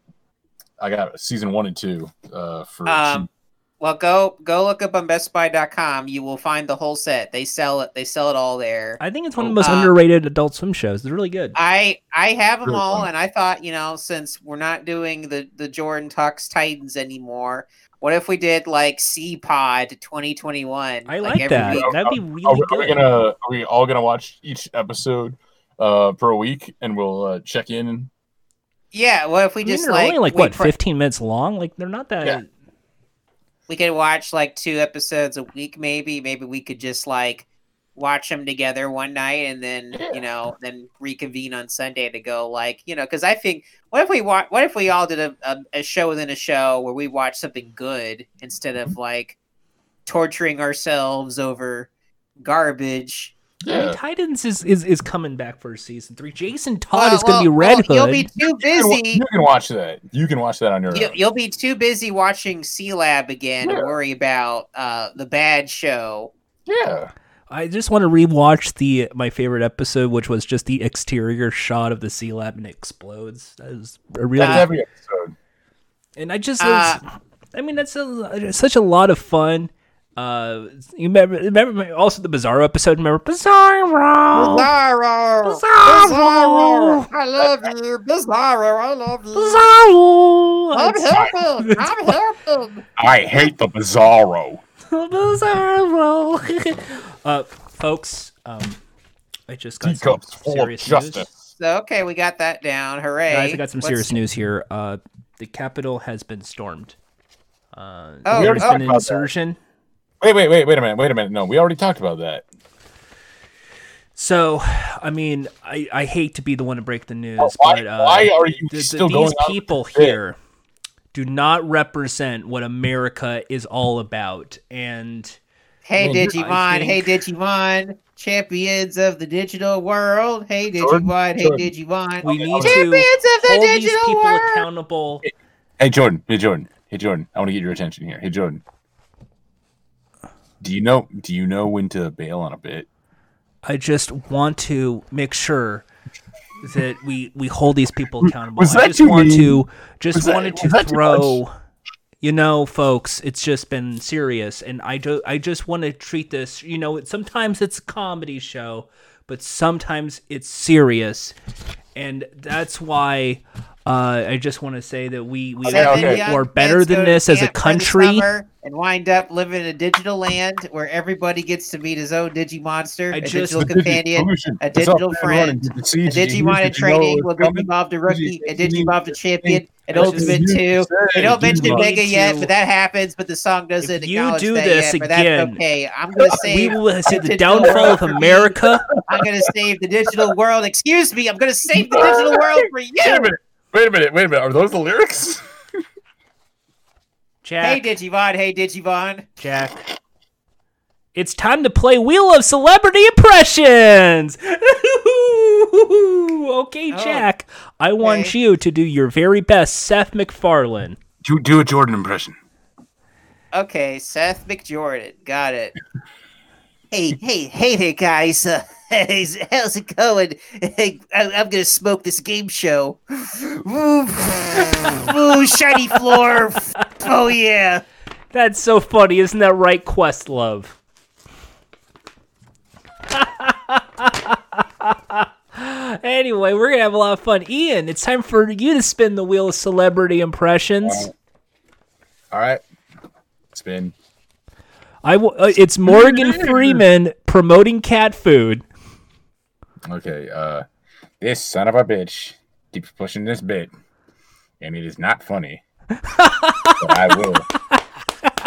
[SPEAKER 2] I got season one and two uh, for
[SPEAKER 3] Um, well, go go look up on BestBuy.com. You will find the whole set. They sell it. They sell it all there.
[SPEAKER 1] I think it's one of the most
[SPEAKER 3] Uh,
[SPEAKER 1] underrated Adult Swim shows. They're really good.
[SPEAKER 3] I I have them
[SPEAKER 2] Really
[SPEAKER 3] all,
[SPEAKER 2] fun.
[SPEAKER 3] and I thought you know since we're not doing the the Jordan Talks Titans anymore, what if we did like C Pod 2021?
[SPEAKER 1] I like that.
[SPEAKER 3] week?
[SPEAKER 1] That'd be
[SPEAKER 2] are,
[SPEAKER 3] Oh,
[SPEAKER 1] really
[SPEAKER 2] we, are we
[SPEAKER 1] good.
[SPEAKER 2] gonna are we all gonna watch each episode uh, per week and we'll uh, check in?
[SPEAKER 3] Yeah. What if
[SPEAKER 1] I
[SPEAKER 3] we
[SPEAKER 1] mean,
[SPEAKER 3] just
[SPEAKER 1] they're
[SPEAKER 3] like
[SPEAKER 1] only like
[SPEAKER 3] we
[SPEAKER 1] what,
[SPEAKER 3] pr-
[SPEAKER 1] fifteen minutes long? Like they're not that.
[SPEAKER 2] Yeah.
[SPEAKER 3] we could watch like two episodes a week, maybe. Maybe we could just like watch them together one night and then you know then reconvene on sunday to go like you know because i think what if we wa- what if we all did a, a, a show within a show where we watch something good instead of like torturing ourselves over garbage
[SPEAKER 1] I mean,
[SPEAKER 2] Yeah,
[SPEAKER 1] Titans is, is is coming back for season three. Jason Todd
[SPEAKER 3] Well,
[SPEAKER 1] is going to be
[SPEAKER 3] well,
[SPEAKER 1] Red
[SPEAKER 3] well,
[SPEAKER 1] Hood.
[SPEAKER 3] you'll be too
[SPEAKER 2] you can, wa-
[SPEAKER 3] busy
[SPEAKER 2] you can watch that. You can watch that on your
[SPEAKER 3] you,
[SPEAKER 2] own.
[SPEAKER 3] you'll be too busy watching c lab again to
[SPEAKER 2] Yeah.
[SPEAKER 3] worry about uh the bad show
[SPEAKER 2] Yeah,
[SPEAKER 1] I just want to rewatch the my favorite episode, which was just the exterior shot of the Sea Lab and it explodes. That was a real,
[SPEAKER 3] Uh,
[SPEAKER 2] every episode.
[SPEAKER 1] and I just,
[SPEAKER 3] uh,
[SPEAKER 1] I mean, that's a, such a lot of fun. Uh, you remember, remember my- also the Bizarro episode. Remember Bizarro,
[SPEAKER 3] Bizarro!
[SPEAKER 1] Bizarro!
[SPEAKER 3] I love you! Bizarro, I love you!
[SPEAKER 1] Bizarro,
[SPEAKER 3] I'm
[SPEAKER 1] It's-
[SPEAKER 3] helping! I'm helping!
[SPEAKER 2] I hate the Bizarro.
[SPEAKER 1] Bizarro. uh, folks, um, I just got some
[SPEAKER 2] Teacups full of
[SPEAKER 1] serious news.
[SPEAKER 2] justice.
[SPEAKER 3] So, okay, we got that down. Hooray.
[SPEAKER 1] Guys, I got some
[SPEAKER 3] What's-
[SPEAKER 1] serious news here. Uh, the Capitol has been stormed. Uh,
[SPEAKER 3] Oh,
[SPEAKER 1] there's
[SPEAKER 3] oh.
[SPEAKER 1] been an insurrection.
[SPEAKER 2] Wait, wait, wait, wait a minute, wait a minute. No, we already talked about that.
[SPEAKER 1] So, I mean, I, I hate to be the one to break the news,
[SPEAKER 2] Oh, why-
[SPEAKER 1] but uh,
[SPEAKER 2] why are you
[SPEAKER 1] th- th-
[SPEAKER 2] still
[SPEAKER 1] these
[SPEAKER 2] going on with
[SPEAKER 1] people
[SPEAKER 2] this?
[SPEAKER 1] here do not represent what America is all about, and
[SPEAKER 3] Hey,
[SPEAKER 1] Well, I
[SPEAKER 3] Digimon.
[SPEAKER 1] think-
[SPEAKER 3] Hey, Digimon. Champions of the digital world. Hey,
[SPEAKER 2] Jordan,
[SPEAKER 3] Digimon. Hey,
[SPEAKER 2] Jordan.
[SPEAKER 3] Digimon.
[SPEAKER 1] we need
[SPEAKER 3] Champions
[SPEAKER 1] to
[SPEAKER 3] of the
[SPEAKER 1] hold these
[SPEAKER 3] digital
[SPEAKER 1] people
[SPEAKER 3] world.
[SPEAKER 1] accountable.
[SPEAKER 2] Hey Jordan, hey Jordan, hey Jordan. I want to get your attention here. Hey Jordan, do you know do you know when to bail on a bit?
[SPEAKER 1] I just want to make sure that we we hold these people accountable.
[SPEAKER 2] Was
[SPEAKER 1] I
[SPEAKER 2] that
[SPEAKER 1] just
[SPEAKER 2] too
[SPEAKER 1] want
[SPEAKER 2] mean?
[SPEAKER 1] to just
[SPEAKER 2] Was that-
[SPEAKER 1] wanted
[SPEAKER 2] was
[SPEAKER 1] to
[SPEAKER 2] that too
[SPEAKER 1] throw you know folks it's just been serious and I do I just want to treat this you know it, sometimes it's a comedy show but sometimes it's serious and that's why uh, I just want to say that we we
[SPEAKER 2] Okay,
[SPEAKER 1] are
[SPEAKER 2] okay.
[SPEAKER 3] uh,
[SPEAKER 1] people are better than this as a country.
[SPEAKER 3] and wind up living in a digital land where everybody gets to meet his own Digimonster,
[SPEAKER 1] I
[SPEAKER 3] a
[SPEAKER 1] just-
[SPEAKER 3] digital
[SPEAKER 2] The digi-
[SPEAKER 3] companion,
[SPEAKER 2] solution.
[SPEAKER 3] a
[SPEAKER 2] It's up
[SPEAKER 3] digital
[SPEAKER 2] and
[SPEAKER 3] friend,
[SPEAKER 2] running. Did you see-
[SPEAKER 3] a
[SPEAKER 2] did you
[SPEAKER 3] Digimon
[SPEAKER 2] use-
[SPEAKER 3] in
[SPEAKER 2] did you know
[SPEAKER 3] training
[SPEAKER 2] it
[SPEAKER 3] will
[SPEAKER 2] was coming?
[SPEAKER 3] Digimon the rookie, a
[SPEAKER 2] Digi-
[SPEAKER 3] Digimon the
[SPEAKER 2] Digi-
[SPEAKER 3] champion, an
[SPEAKER 1] I just-
[SPEAKER 3] ultimate
[SPEAKER 2] You
[SPEAKER 3] two. They
[SPEAKER 2] said
[SPEAKER 3] don't
[SPEAKER 2] Digimon.
[SPEAKER 3] mention
[SPEAKER 1] Digimon.
[SPEAKER 3] Mega yet,
[SPEAKER 1] to-
[SPEAKER 3] but that happens. But the song doesn't
[SPEAKER 1] If you
[SPEAKER 3] acknowledge
[SPEAKER 1] do
[SPEAKER 3] that
[SPEAKER 1] this
[SPEAKER 3] yet. But that's
[SPEAKER 1] again,
[SPEAKER 3] okay. I'm gonna
[SPEAKER 1] We
[SPEAKER 3] save.
[SPEAKER 1] will see the
[SPEAKER 3] Digital
[SPEAKER 1] downfall
[SPEAKER 3] world
[SPEAKER 1] of
[SPEAKER 3] for me.
[SPEAKER 1] America.
[SPEAKER 3] I'm gonna save the digital world. Excuse me. I'm gonna save the digital world for
[SPEAKER 2] Wait a
[SPEAKER 3] you.
[SPEAKER 2] minute, wait a minute, wait a minute. Are those the lyrics?
[SPEAKER 1] Jack,
[SPEAKER 3] Hey Digimon. Hey Digimon.
[SPEAKER 1] Jack. It's time to play Wheel of Celebrity Impressions. okay,
[SPEAKER 3] Oh,
[SPEAKER 1] Jack. I want
[SPEAKER 3] okay.
[SPEAKER 1] you to do your very best, Seth MacFarlane.
[SPEAKER 2] Do do a Jordan impression.
[SPEAKER 3] Okay, Seth McJordan. Got it. Hey, hey, hey there, guys. Uh, hey, how's it going? Hey, I, I'm gonna smoke this game show. Ooh, ooh, shiny floor. Oh yeah.
[SPEAKER 1] That's so funny, isn't that right, Questlove? anyway, we're gonna have a lot of fun. Ian, it's time for you to spin the wheel of celebrity impressions.
[SPEAKER 2] All right, spin.
[SPEAKER 1] I w- uh, it's Morgan Freeman promoting cat food.
[SPEAKER 2] Okay, uh, this son of a bitch keeps pushing this bit, and it is not funny. but I will.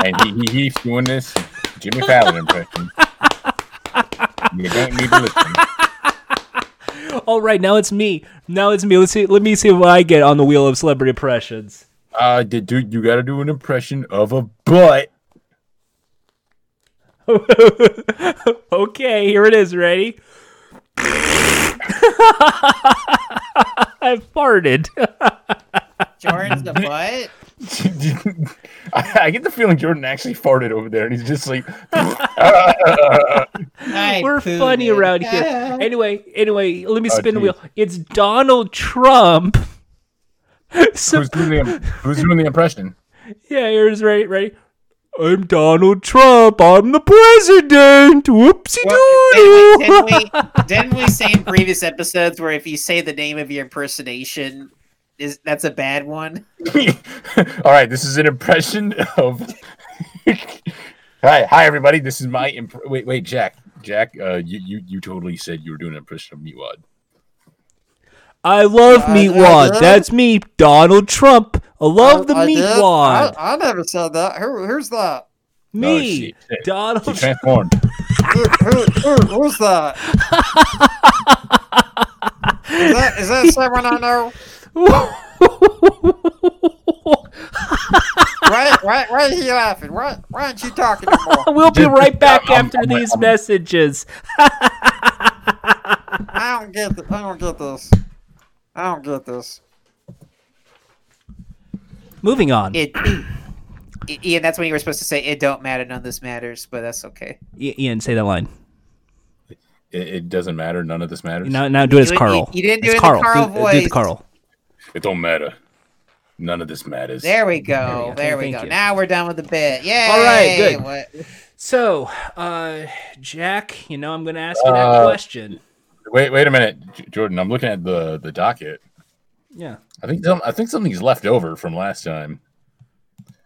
[SPEAKER 2] And he, he keeps doing this Jimmy Fallon impression. You don't need to listen.
[SPEAKER 1] All right, now it's me. Now it's me. Let's see. Let me see what I get on the wheel of celebrity impressions.
[SPEAKER 2] Uh, did, dude, you gotta do an impression of a butt.
[SPEAKER 1] okay, here it is. Ready? I farted.
[SPEAKER 3] Jordan's the butt.
[SPEAKER 2] I, I get the feeling Jordan actually farted over there, and he's just like,
[SPEAKER 3] I
[SPEAKER 1] We're
[SPEAKER 3] pooed
[SPEAKER 1] funny
[SPEAKER 3] it.
[SPEAKER 1] around here. Anyway, anyway, let me spin the
[SPEAKER 2] geez.
[SPEAKER 1] wheel. It's Donald Trump So-
[SPEAKER 2] Who's doing the, who's doing the impression?
[SPEAKER 1] yeah, here's right, right. I'm Donald Trump. I'm the president. Whoopsie
[SPEAKER 3] Well,
[SPEAKER 1] doodle.
[SPEAKER 3] didn't, we, didn't we say in previous episodes where if you say the name of your impersonation, is that's a bad one?
[SPEAKER 2] All right, this is an impression of. hi, hi, everybody. This is my imp- wait, wait, Jack, Jack. Uh, you, you, you totally said you were doing an impression of Meatwad.
[SPEAKER 1] I love
[SPEAKER 3] I-
[SPEAKER 1] meat
[SPEAKER 3] I
[SPEAKER 1] wad.
[SPEAKER 3] do.
[SPEAKER 1] That's me, Donald Trump. I love the meat wad.
[SPEAKER 3] I, never said that. Who, who's that?
[SPEAKER 1] Me,
[SPEAKER 2] Oh, shit, shit.
[SPEAKER 1] Donald.
[SPEAKER 2] He
[SPEAKER 1] Trump.
[SPEAKER 2] transformed.
[SPEAKER 3] who's that? Is that, is that someone I know? Why, why, why is he laughing? Why, why aren't you talking anymore?
[SPEAKER 1] we'll be
[SPEAKER 2] Just-
[SPEAKER 1] right back
[SPEAKER 2] I'm-
[SPEAKER 1] after
[SPEAKER 2] I'm-
[SPEAKER 1] these
[SPEAKER 2] I'm-
[SPEAKER 1] messages.
[SPEAKER 3] I don't get this. I don't get this. I don't get this.
[SPEAKER 1] Moving on.
[SPEAKER 3] It, Ian, that's when you were supposed to say it don't matter, none of this matters, but that's okay.
[SPEAKER 1] I- Ian, say that line.
[SPEAKER 2] It, it doesn't matter. None of this matters.
[SPEAKER 1] Now, now do it as
[SPEAKER 3] You- you-
[SPEAKER 1] Carl.
[SPEAKER 3] you didn't do
[SPEAKER 1] As
[SPEAKER 3] it in the
[SPEAKER 1] Carl.
[SPEAKER 3] Carl
[SPEAKER 1] do, do it to
[SPEAKER 3] voice.
[SPEAKER 1] Carl.
[SPEAKER 2] It don't matter. None of this matters.
[SPEAKER 3] There we go. There we
[SPEAKER 1] Thank
[SPEAKER 3] go.
[SPEAKER 1] you.
[SPEAKER 3] Now we're done with the bit. Yay!
[SPEAKER 1] All right, good.
[SPEAKER 3] What-
[SPEAKER 1] So, uh, Jack, you know I'm going to ask you that
[SPEAKER 2] Uh,
[SPEAKER 1] question.
[SPEAKER 2] Wait, wait a minute, J- Jordan. I'm looking at the the docket.
[SPEAKER 1] Yeah.
[SPEAKER 2] I think some, I think something's left over from last time.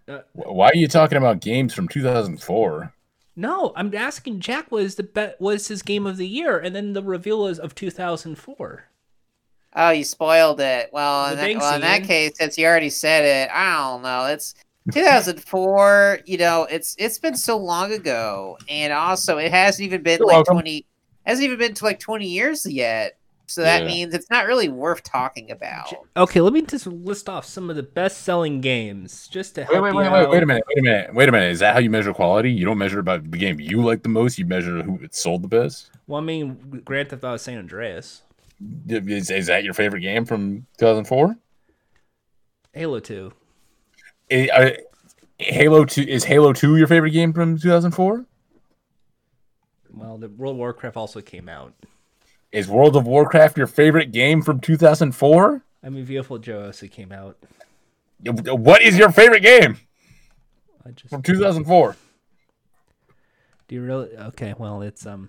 [SPEAKER 1] Uh,
[SPEAKER 2] Wh- Why are you talking about games from 2004?
[SPEAKER 1] No, I'm asking Jack was the bet was his game of the year, and then the reveal is of 2004.
[SPEAKER 3] Oh, you spoiled it. Well, in
[SPEAKER 1] Well,
[SPEAKER 3] that,
[SPEAKER 1] thanks,
[SPEAKER 3] well, in that
[SPEAKER 1] Ian.
[SPEAKER 3] case, since you already said it, I don't know. It's 2004. you know, it's it's been so long ago, and also it hasn't even been
[SPEAKER 2] You're
[SPEAKER 3] like
[SPEAKER 2] welcome.
[SPEAKER 3] 20. Hasn't even been to like 20 years yet. So that
[SPEAKER 2] Yeah.
[SPEAKER 3] means it's not really worth talking about.
[SPEAKER 1] J- Okay, let me just list off some of the best-selling games just to help
[SPEAKER 2] Wait, wait,
[SPEAKER 1] you
[SPEAKER 2] wait, wait,
[SPEAKER 1] out.
[SPEAKER 2] wait a minute, wait a minute, wait a minute. Is that how you measure quality? You don't measure about the game you like the most. You measure who it sold the best.
[SPEAKER 1] Well, I mean, Grand Theft Auto San Andreas,
[SPEAKER 2] Is, is that your favorite game from 2004?
[SPEAKER 1] Halo 2.
[SPEAKER 2] I- I- Halo 2 is Halo 2 your favorite game from 2004?
[SPEAKER 1] Well, the World of Warcraft also came out.
[SPEAKER 2] Is World of Warcraft your favorite game from 2004?
[SPEAKER 1] I mean, Beautiful Joe also came out.
[SPEAKER 2] What is your favorite game
[SPEAKER 1] I just
[SPEAKER 2] from 2004?
[SPEAKER 1] do you really? Okay, well, it's um,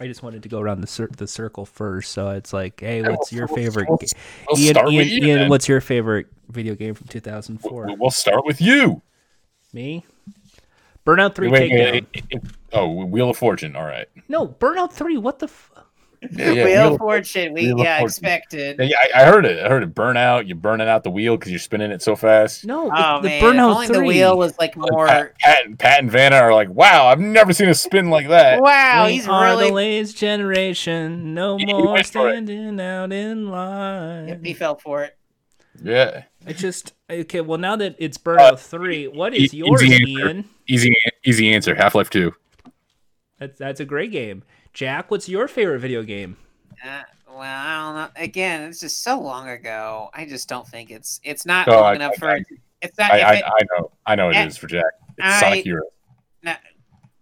[SPEAKER 1] I just wanted to go around the cir- the circle first, so it's like, hey, what's your favorite?
[SPEAKER 2] I'll-
[SPEAKER 1] ga-
[SPEAKER 2] I'll
[SPEAKER 1] Ian,
[SPEAKER 2] start
[SPEAKER 1] Ian,
[SPEAKER 2] with you,
[SPEAKER 1] Ian,
[SPEAKER 2] then.
[SPEAKER 1] what's your favorite video game from 2004?
[SPEAKER 2] We'll we'll start with you.
[SPEAKER 1] Me? Burnout 3
[SPEAKER 2] Wait,
[SPEAKER 1] Takedown.
[SPEAKER 2] wait, it- it- oh, Wheel of Fortune. All right.
[SPEAKER 1] No, Burnout 3, what the f-
[SPEAKER 2] Yeah, yeah,
[SPEAKER 3] Wheel
[SPEAKER 2] Wheel
[SPEAKER 3] of
[SPEAKER 2] of-
[SPEAKER 3] Fortune. We
[SPEAKER 2] Wheel of
[SPEAKER 3] yeah
[SPEAKER 2] Fortune.
[SPEAKER 3] expected.
[SPEAKER 2] Yeah, I, I heard it. I heard it. Burnout. You're burning out the wheel because you're spinning it so fast.
[SPEAKER 1] No, it's
[SPEAKER 3] Oh
[SPEAKER 1] the
[SPEAKER 3] man, if
[SPEAKER 1] Burnout
[SPEAKER 3] only
[SPEAKER 1] 3.
[SPEAKER 3] the wheel was like
[SPEAKER 2] Pat,
[SPEAKER 3] more.
[SPEAKER 2] Pat, and- Pat and Vanna are like, wow, I've never seen a spin like that.
[SPEAKER 3] Wow,
[SPEAKER 1] We
[SPEAKER 3] he's
[SPEAKER 1] are the
[SPEAKER 3] really.
[SPEAKER 1] latest generation. No
[SPEAKER 2] You
[SPEAKER 1] more
[SPEAKER 2] went for it.
[SPEAKER 1] standing out in line.
[SPEAKER 3] Yep, he fell for it.
[SPEAKER 2] Yeah.
[SPEAKER 1] I just okay. Well, now that it's
[SPEAKER 2] Uh,
[SPEAKER 1] Burnout Three, what is
[SPEAKER 2] e-
[SPEAKER 1] yours,
[SPEAKER 2] easy answer.
[SPEAKER 1] Ian?
[SPEAKER 2] Easy, easy answer. Half Life Two.
[SPEAKER 1] That's that's a great game. Jack, what's your favorite video game?
[SPEAKER 3] Uh, well, I don't know. Again, it's just so long ago. I just don't think it's it's not
[SPEAKER 2] Oh,
[SPEAKER 3] long
[SPEAKER 2] I-
[SPEAKER 3] enough
[SPEAKER 2] I-
[SPEAKER 3] for. it's not.
[SPEAKER 2] I,
[SPEAKER 3] if
[SPEAKER 2] I,
[SPEAKER 3] it-
[SPEAKER 2] I know. I know it
[SPEAKER 3] Eh,
[SPEAKER 2] is for Jack. It's
[SPEAKER 3] I-
[SPEAKER 2] Sonic Hero.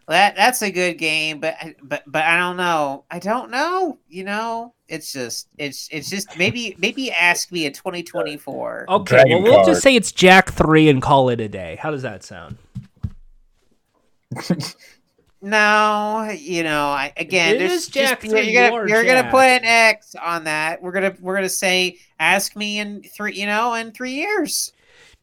[SPEAKER 3] that that's a good game, but I- but but I don't know. I don't know. You know, it's just it's it's just maybe maybe ask me in
[SPEAKER 2] Oh,
[SPEAKER 3] 2024.
[SPEAKER 1] Okay,
[SPEAKER 2] Dragon
[SPEAKER 1] well, we'll
[SPEAKER 2] Card.
[SPEAKER 1] just say it's Jack Three and call it a day. How does that sound?
[SPEAKER 3] No, you know, I again,
[SPEAKER 1] It
[SPEAKER 3] there's
[SPEAKER 1] is
[SPEAKER 3] just-
[SPEAKER 1] Jack
[SPEAKER 3] you're,
[SPEAKER 1] three,
[SPEAKER 3] you're
[SPEAKER 1] you
[SPEAKER 3] gonna
[SPEAKER 1] are
[SPEAKER 3] you're
[SPEAKER 1] Jack.
[SPEAKER 3] gonna put an X on that. We're gonna we're gonna say ask me in three, you know, in three years.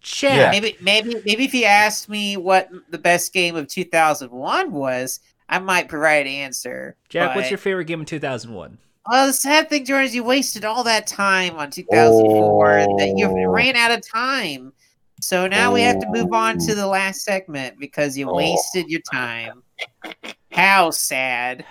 [SPEAKER 1] Jack,
[SPEAKER 3] Maybe maybe maybe if you asked me what the best game of 2001 was, I might provide an answer.
[SPEAKER 1] Jack,
[SPEAKER 3] but-
[SPEAKER 1] what's your favorite game in two thousand one?
[SPEAKER 3] Well, the sad thing, Jordan, is you wasted all that time on 2004 that you
[SPEAKER 2] Oh.
[SPEAKER 3] ran out of time. So now we have to move on to
[SPEAKER 2] Oh.
[SPEAKER 3] the last segment because you
[SPEAKER 2] Oh.
[SPEAKER 3] wasted your time. How sad.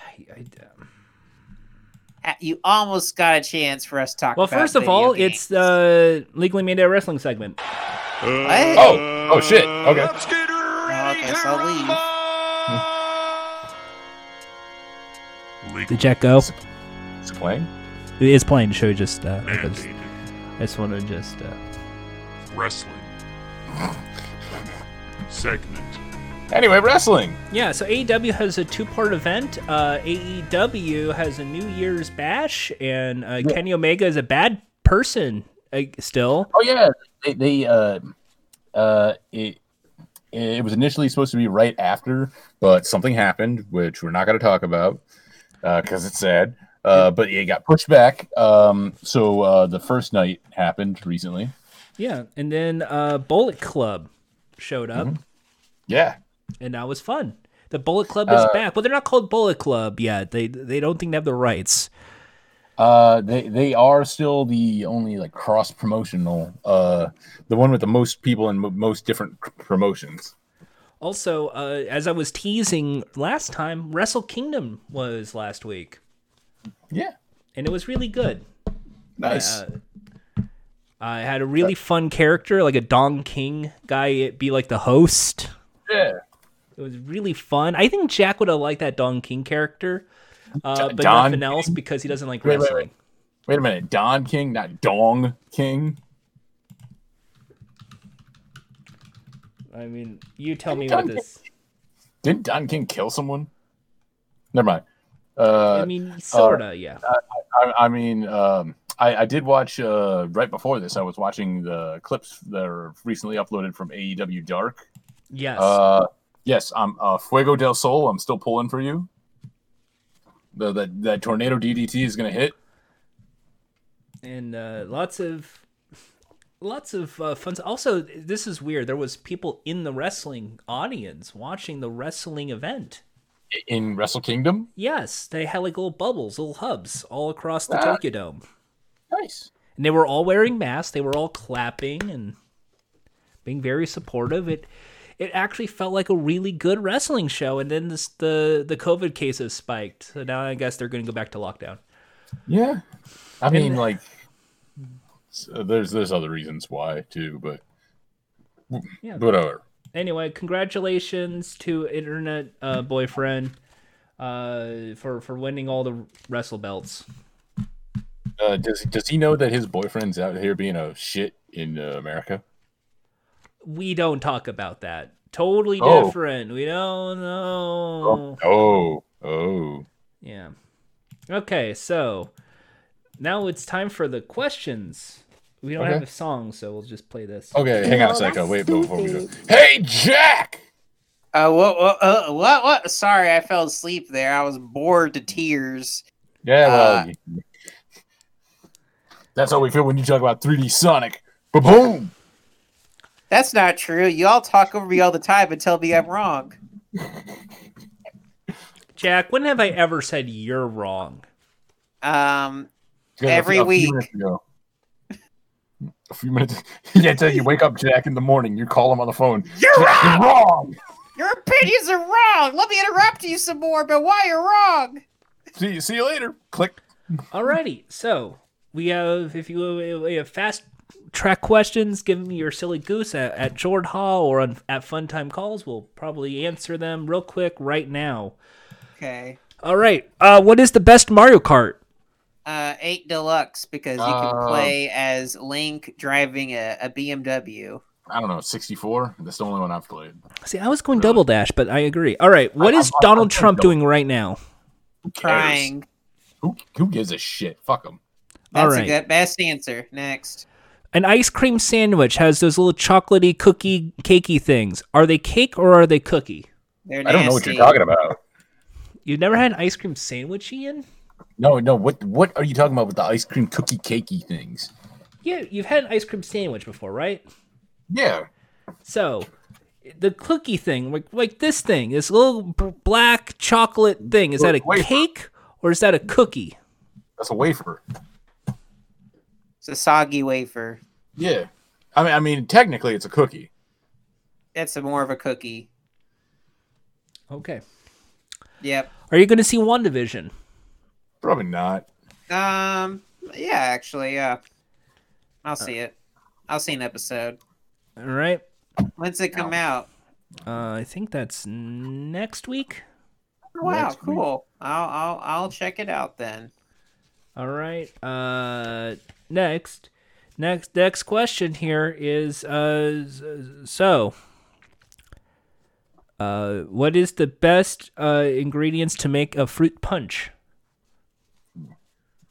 [SPEAKER 3] Uh, You almost got a chance for us to talk
[SPEAKER 1] Well,
[SPEAKER 3] about
[SPEAKER 1] first of
[SPEAKER 3] video
[SPEAKER 1] all,
[SPEAKER 3] games.
[SPEAKER 1] it's uh, the legally made out wrestling segment.
[SPEAKER 3] What?
[SPEAKER 2] Oh, oh shit. Okay.
[SPEAKER 7] Let's get ready
[SPEAKER 3] okay,
[SPEAKER 7] to
[SPEAKER 3] so I'll leave.
[SPEAKER 7] rumble.
[SPEAKER 1] Did Jack go?
[SPEAKER 2] It's playing.
[SPEAKER 1] It is playing. Should we just? Uh, I just,
[SPEAKER 7] Mandated
[SPEAKER 1] I just want to just. Uh,
[SPEAKER 7] wrestling segment.
[SPEAKER 2] Anyway, wrestling.
[SPEAKER 1] Yeah, so AEW has a two-part event. Uh, AEW has a New Year's bash, and uh, Kenny Omega is a bad person uh, still.
[SPEAKER 2] Oh yeah, they, they uh uh it, it was initially supposed to be right after, but something happened which we're not going to talk about because it's sad. Uh, but it got pushed back. Um, so uh, the first night happened recently.
[SPEAKER 1] Yeah, and then uh, Bullet Club showed up,
[SPEAKER 2] Yeah,
[SPEAKER 1] and that was fun. The Bullet Club is back, but they're not called Bullet Club yet. They they don't think they have the rights.
[SPEAKER 2] Uh, they they are still the only like cross promotional, uh, the one with the most people and mo- most different c- promotions.
[SPEAKER 1] Also, uh, as I was teasing last time, Wrestle Kingdom was last week,
[SPEAKER 2] Yeah,
[SPEAKER 1] and it was really good.
[SPEAKER 2] nice.
[SPEAKER 1] I had a really fun character, like a Dong King guy, be like the host.
[SPEAKER 2] yeah,
[SPEAKER 1] It was really fun. I think Jack would have liked that Don King character, uh,
[SPEAKER 2] D-
[SPEAKER 1] but
[SPEAKER 2] Don
[SPEAKER 1] nothing else because he doesn't like
[SPEAKER 2] Wait, wait,
[SPEAKER 1] wrestling.
[SPEAKER 2] wait. Wait a minute, Don King, not Dong King.
[SPEAKER 1] I mean, you tell me
[SPEAKER 2] Don
[SPEAKER 1] what this.
[SPEAKER 2] Didn't Don King kill someone? Never mind. Uh,
[SPEAKER 1] I mean, sorta, yeah.
[SPEAKER 2] I, I mean, um, I, I did watch uh, right before this. I was watching the clips that are recently uploaded from AEW Dark.
[SPEAKER 1] Yes.
[SPEAKER 2] Uh, yes, I'm uh, Fuego del Sol. I'm still pulling for you. The, that that tornado DDT is gonna hit.
[SPEAKER 1] and uh, lots of lots of uh, fun. Also, this is weird. There was people in the wrestling audience watching the wrestling event.
[SPEAKER 2] in Wrestle Kingdom.
[SPEAKER 1] Yes, they had like little bubbles, little hubs all across the
[SPEAKER 2] Ah.
[SPEAKER 1] Tokyo Dome.
[SPEAKER 2] Nice.
[SPEAKER 1] and they were all wearing masks they were all clapping and being very supportive it it actually felt like a really good wrestling show and then this the the covid cases spiked so now i guess they're going to go back to lockdown
[SPEAKER 2] Yeah. I mean, like, s- uh, there's there's other reasons why too, but
[SPEAKER 1] Yeah.
[SPEAKER 2] whatever.
[SPEAKER 1] anyway congratulations to internet uh, boyfriend uh for for winning all the wrestle belts
[SPEAKER 2] Uh, does does he know that his boyfriend's out here being a shit in uh, America?
[SPEAKER 1] we don't talk about that totally
[SPEAKER 2] Oh.
[SPEAKER 1] different we don't know
[SPEAKER 2] Oh, oh.
[SPEAKER 1] Yeah. Okay, so now it's time for the questions. We don't
[SPEAKER 2] Okay. Oh.
[SPEAKER 1] have a song, so we'll just play this.
[SPEAKER 2] Okay, hang on a
[SPEAKER 8] No,
[SPEAKER 2] second.
[SPEAKER 8] that's
[SPEAKER 2] Wait before we go. Hey, Jack.
[SPEAKER 3] Uh, what, what, uh, what, what? Sorry, I fell asleep there. I was bored to tears.
[SPEAKER 2] Yeah. Well,
[SPEAKER 3] Uh,
[SPEAKER 2] you- that's how we feel when you talk about 3D Sonic. Ba boom.
[SPEAKER 3] That's not true. You all talk over me all the time and tell me I'm wrong.
[SPEAKER 1] Jack, when have I ever said you're wrong?
[SPEAKER 3] Um,
[SPEAKER 2] Yeah, a
[SPEAKER 3] Every
[SPEAKER 2] few- a few
[SPEAKER 3] week.
[SPEAKER 2] minutes ago. A few minutes. Yeah, until you wake up, Jack, in the morning. You call him on the phone. You're wrong.
[SPEAKER 3] your opinions are wrong. Let me interrupt you some more about why you're wrong.
[SPEAKER 2] See you. See you later. Click.
[SPEAKER 1] Alrighty, so we have if you we have fast track questions, give me your silly goose at, at Jord Hall or on, at Fun Time Calls. We'll probably answer them real quick right now.
[SPEAKER 3] Okay.
[SPEAKER 1] All right, uh, what is the best Mario Kart?
[SPEAKER 3] Uh, eight deluxe because you can
[SPEAKER 2] Uh,
[SPEAKER 3] play as Link driving a, a BMW.
[SPEAKER 2] I don't know. Sixty-four. That's the only one I've played.
[SPEAKER 1] See, I was going double dash, but I agree. All right, what is Donald Trump doing right now?
[SPEAKER 2] Who cares?
[SPEAKER 3] Crying.
[SPEAKER 2] Who, who gives a shit? Fuck him.
[SPEAKER 3] That's
[SPEAKER 1] All
[SPEAKER 3] a
[SPEAKER 1] right.
[SPEAKER 3] good best answer. Next.
[SPEAKER 1] An ice cream sandwich has those little chocolatey cookie cakey things. Are they cake or are they cookie?
[SPEAKER 3] They're
[SPEAKER 2] I don't know what you're
[SPEAKER 3] nasty.
[SPEAKER 2] talking about.
[SPEAKER 1] You've never had an ice cream sandwich, Ian?
[SPEAKER 2] No, no. What what are you talking about with the ice cream cookie cakey things?
[SPEAKER 1] Yeah, you've had an ice cream sandwich before, right?
[SPEAKER 2] Yeah.
[SPEAKER 1] So, the cookie thing, like, like this thing, this little b- black chocolate thing, is that a
[SPEAKER 2] Wafer.
[SPEAKER 1] cake or is that a cookie?
[SPEAKER 2] That's a wafer.
[SPEAKER 3] It's a soggy wafer.
[SPEAKER 2] Yeah. I mean, I mean, technically, it's a cookie.
[SPEAKER 3] That's a more of a cookie.
[SPEAKER 1] Okay.
[SPEAKER 3] Yep.
[SPEAKER 1] Are you going to see WandaVision?
[SPEAKER 2] Probably not.
[SPEAKER 3] Um. Yeah. Actually. Yeah. I'll see it. I'll see an episode.
[SPEAKER 1] All right.
[SPEAKER 3] When's it come out?
[SPEAKER 1] Uh, I think that's next week.
[SPEAKER 3] Oh, Wow.
[SPEAKER 2] Next week.
[SPEAKER 3] Cool. I'll I'll I'll check it out then.
[SPEAKER 1] All right. Uh, next, next, next question here is uh, s- so. Uh, what is the best uh, ingredients to make a fruit punch?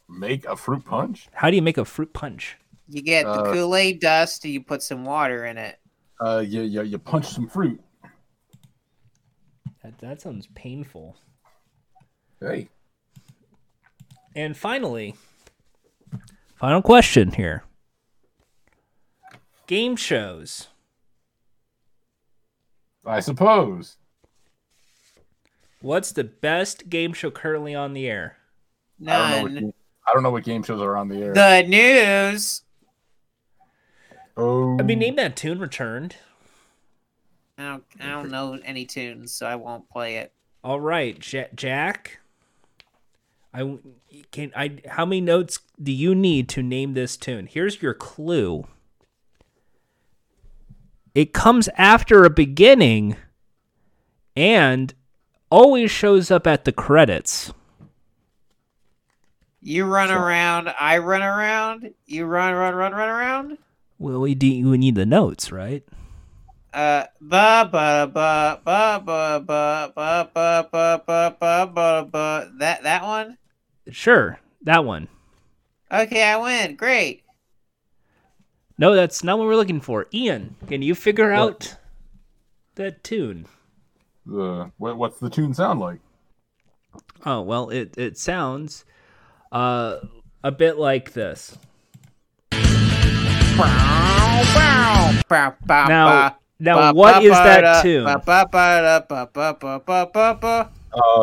[SPEAKER 2] Make a fruit punch.
[SPEAKER 1] How do you make a fruit punch?
[SPEAKER 3] You get the
[SPEAKER 2] Uh,
[SPEAKER 3] Kool Aid dust, and you put some water in it.
[SPEAKER 2] Uh, you, you, you punch some fruit.
[SPEAKER 1] That, that sounds painful.
[SPEAKER 2] Hey.
[SPEAKER 1] And finally, final question here. Game shows.
[SPEAKER 2] I suppose.
[SPEAKER 1] What's the best game show currently on the air?
[SPEAKER 2] I don't, know what,
[SPEAKER 3] None.
[SPEAKER 2] game- I don't know what game shows are on the air.
[SPEAKER 3] The news.
[SPEAKER 2] oh,
[SPEAKER 1] I mean, name that tune returned.
[SPEAKER 3] I don't, I don't know any tunes, so I won't play it.
[SPEAKER 1] All right, Ja Jack. I w- can I. How many notes do you need to name this tune? Here's your clue. It comes after a beginning, and always shows up at the credits.
[SPEAKER 3] You run around, I run around. You run, run, run, run around.
[SPEAKER 1] Well, we do. We need the notes, right?
[SPEAKER 3] Uh, ba ba ba ba ba ba ba ba ba ba ba ba ba. That that one.
[SPEAKER 1] Sure, that one.
[SPEAKER 3] Okay, I win. Great.
[SPEAKER 1] No, that's not what we're looking for. Ian, can you figure out that tune?
[SPEAKER 2] the, what, what's the tune sound like?
[SPEAKER 1] Oh well, it it sounds uh, a bit like this.
[SPEAKER 3] Bow,
[SPEAKER 1] Now,
[SPEAKER 3] bow, bow.
[SPEAKER 1] now, what is that tune?
[SPEAKER 3] tune?
[SPEAKER 2] Uh,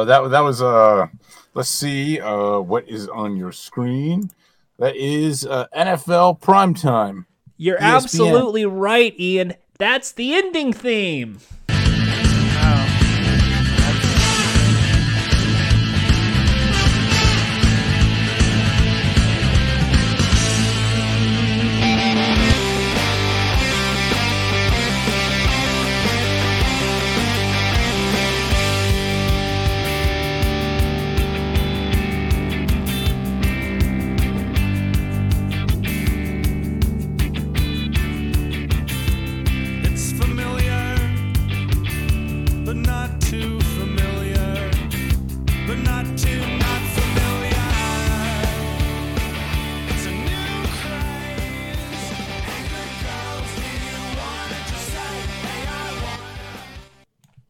[SPEAKER 2] that that was uh, let's see, uh, what is on your screen? That is uh, NFL primetime.
[SPEAKER 1] You're
[SPEAKER 2] ESPN.
[SPEAKER 1] absolutely right, Ian. That's the ending theme.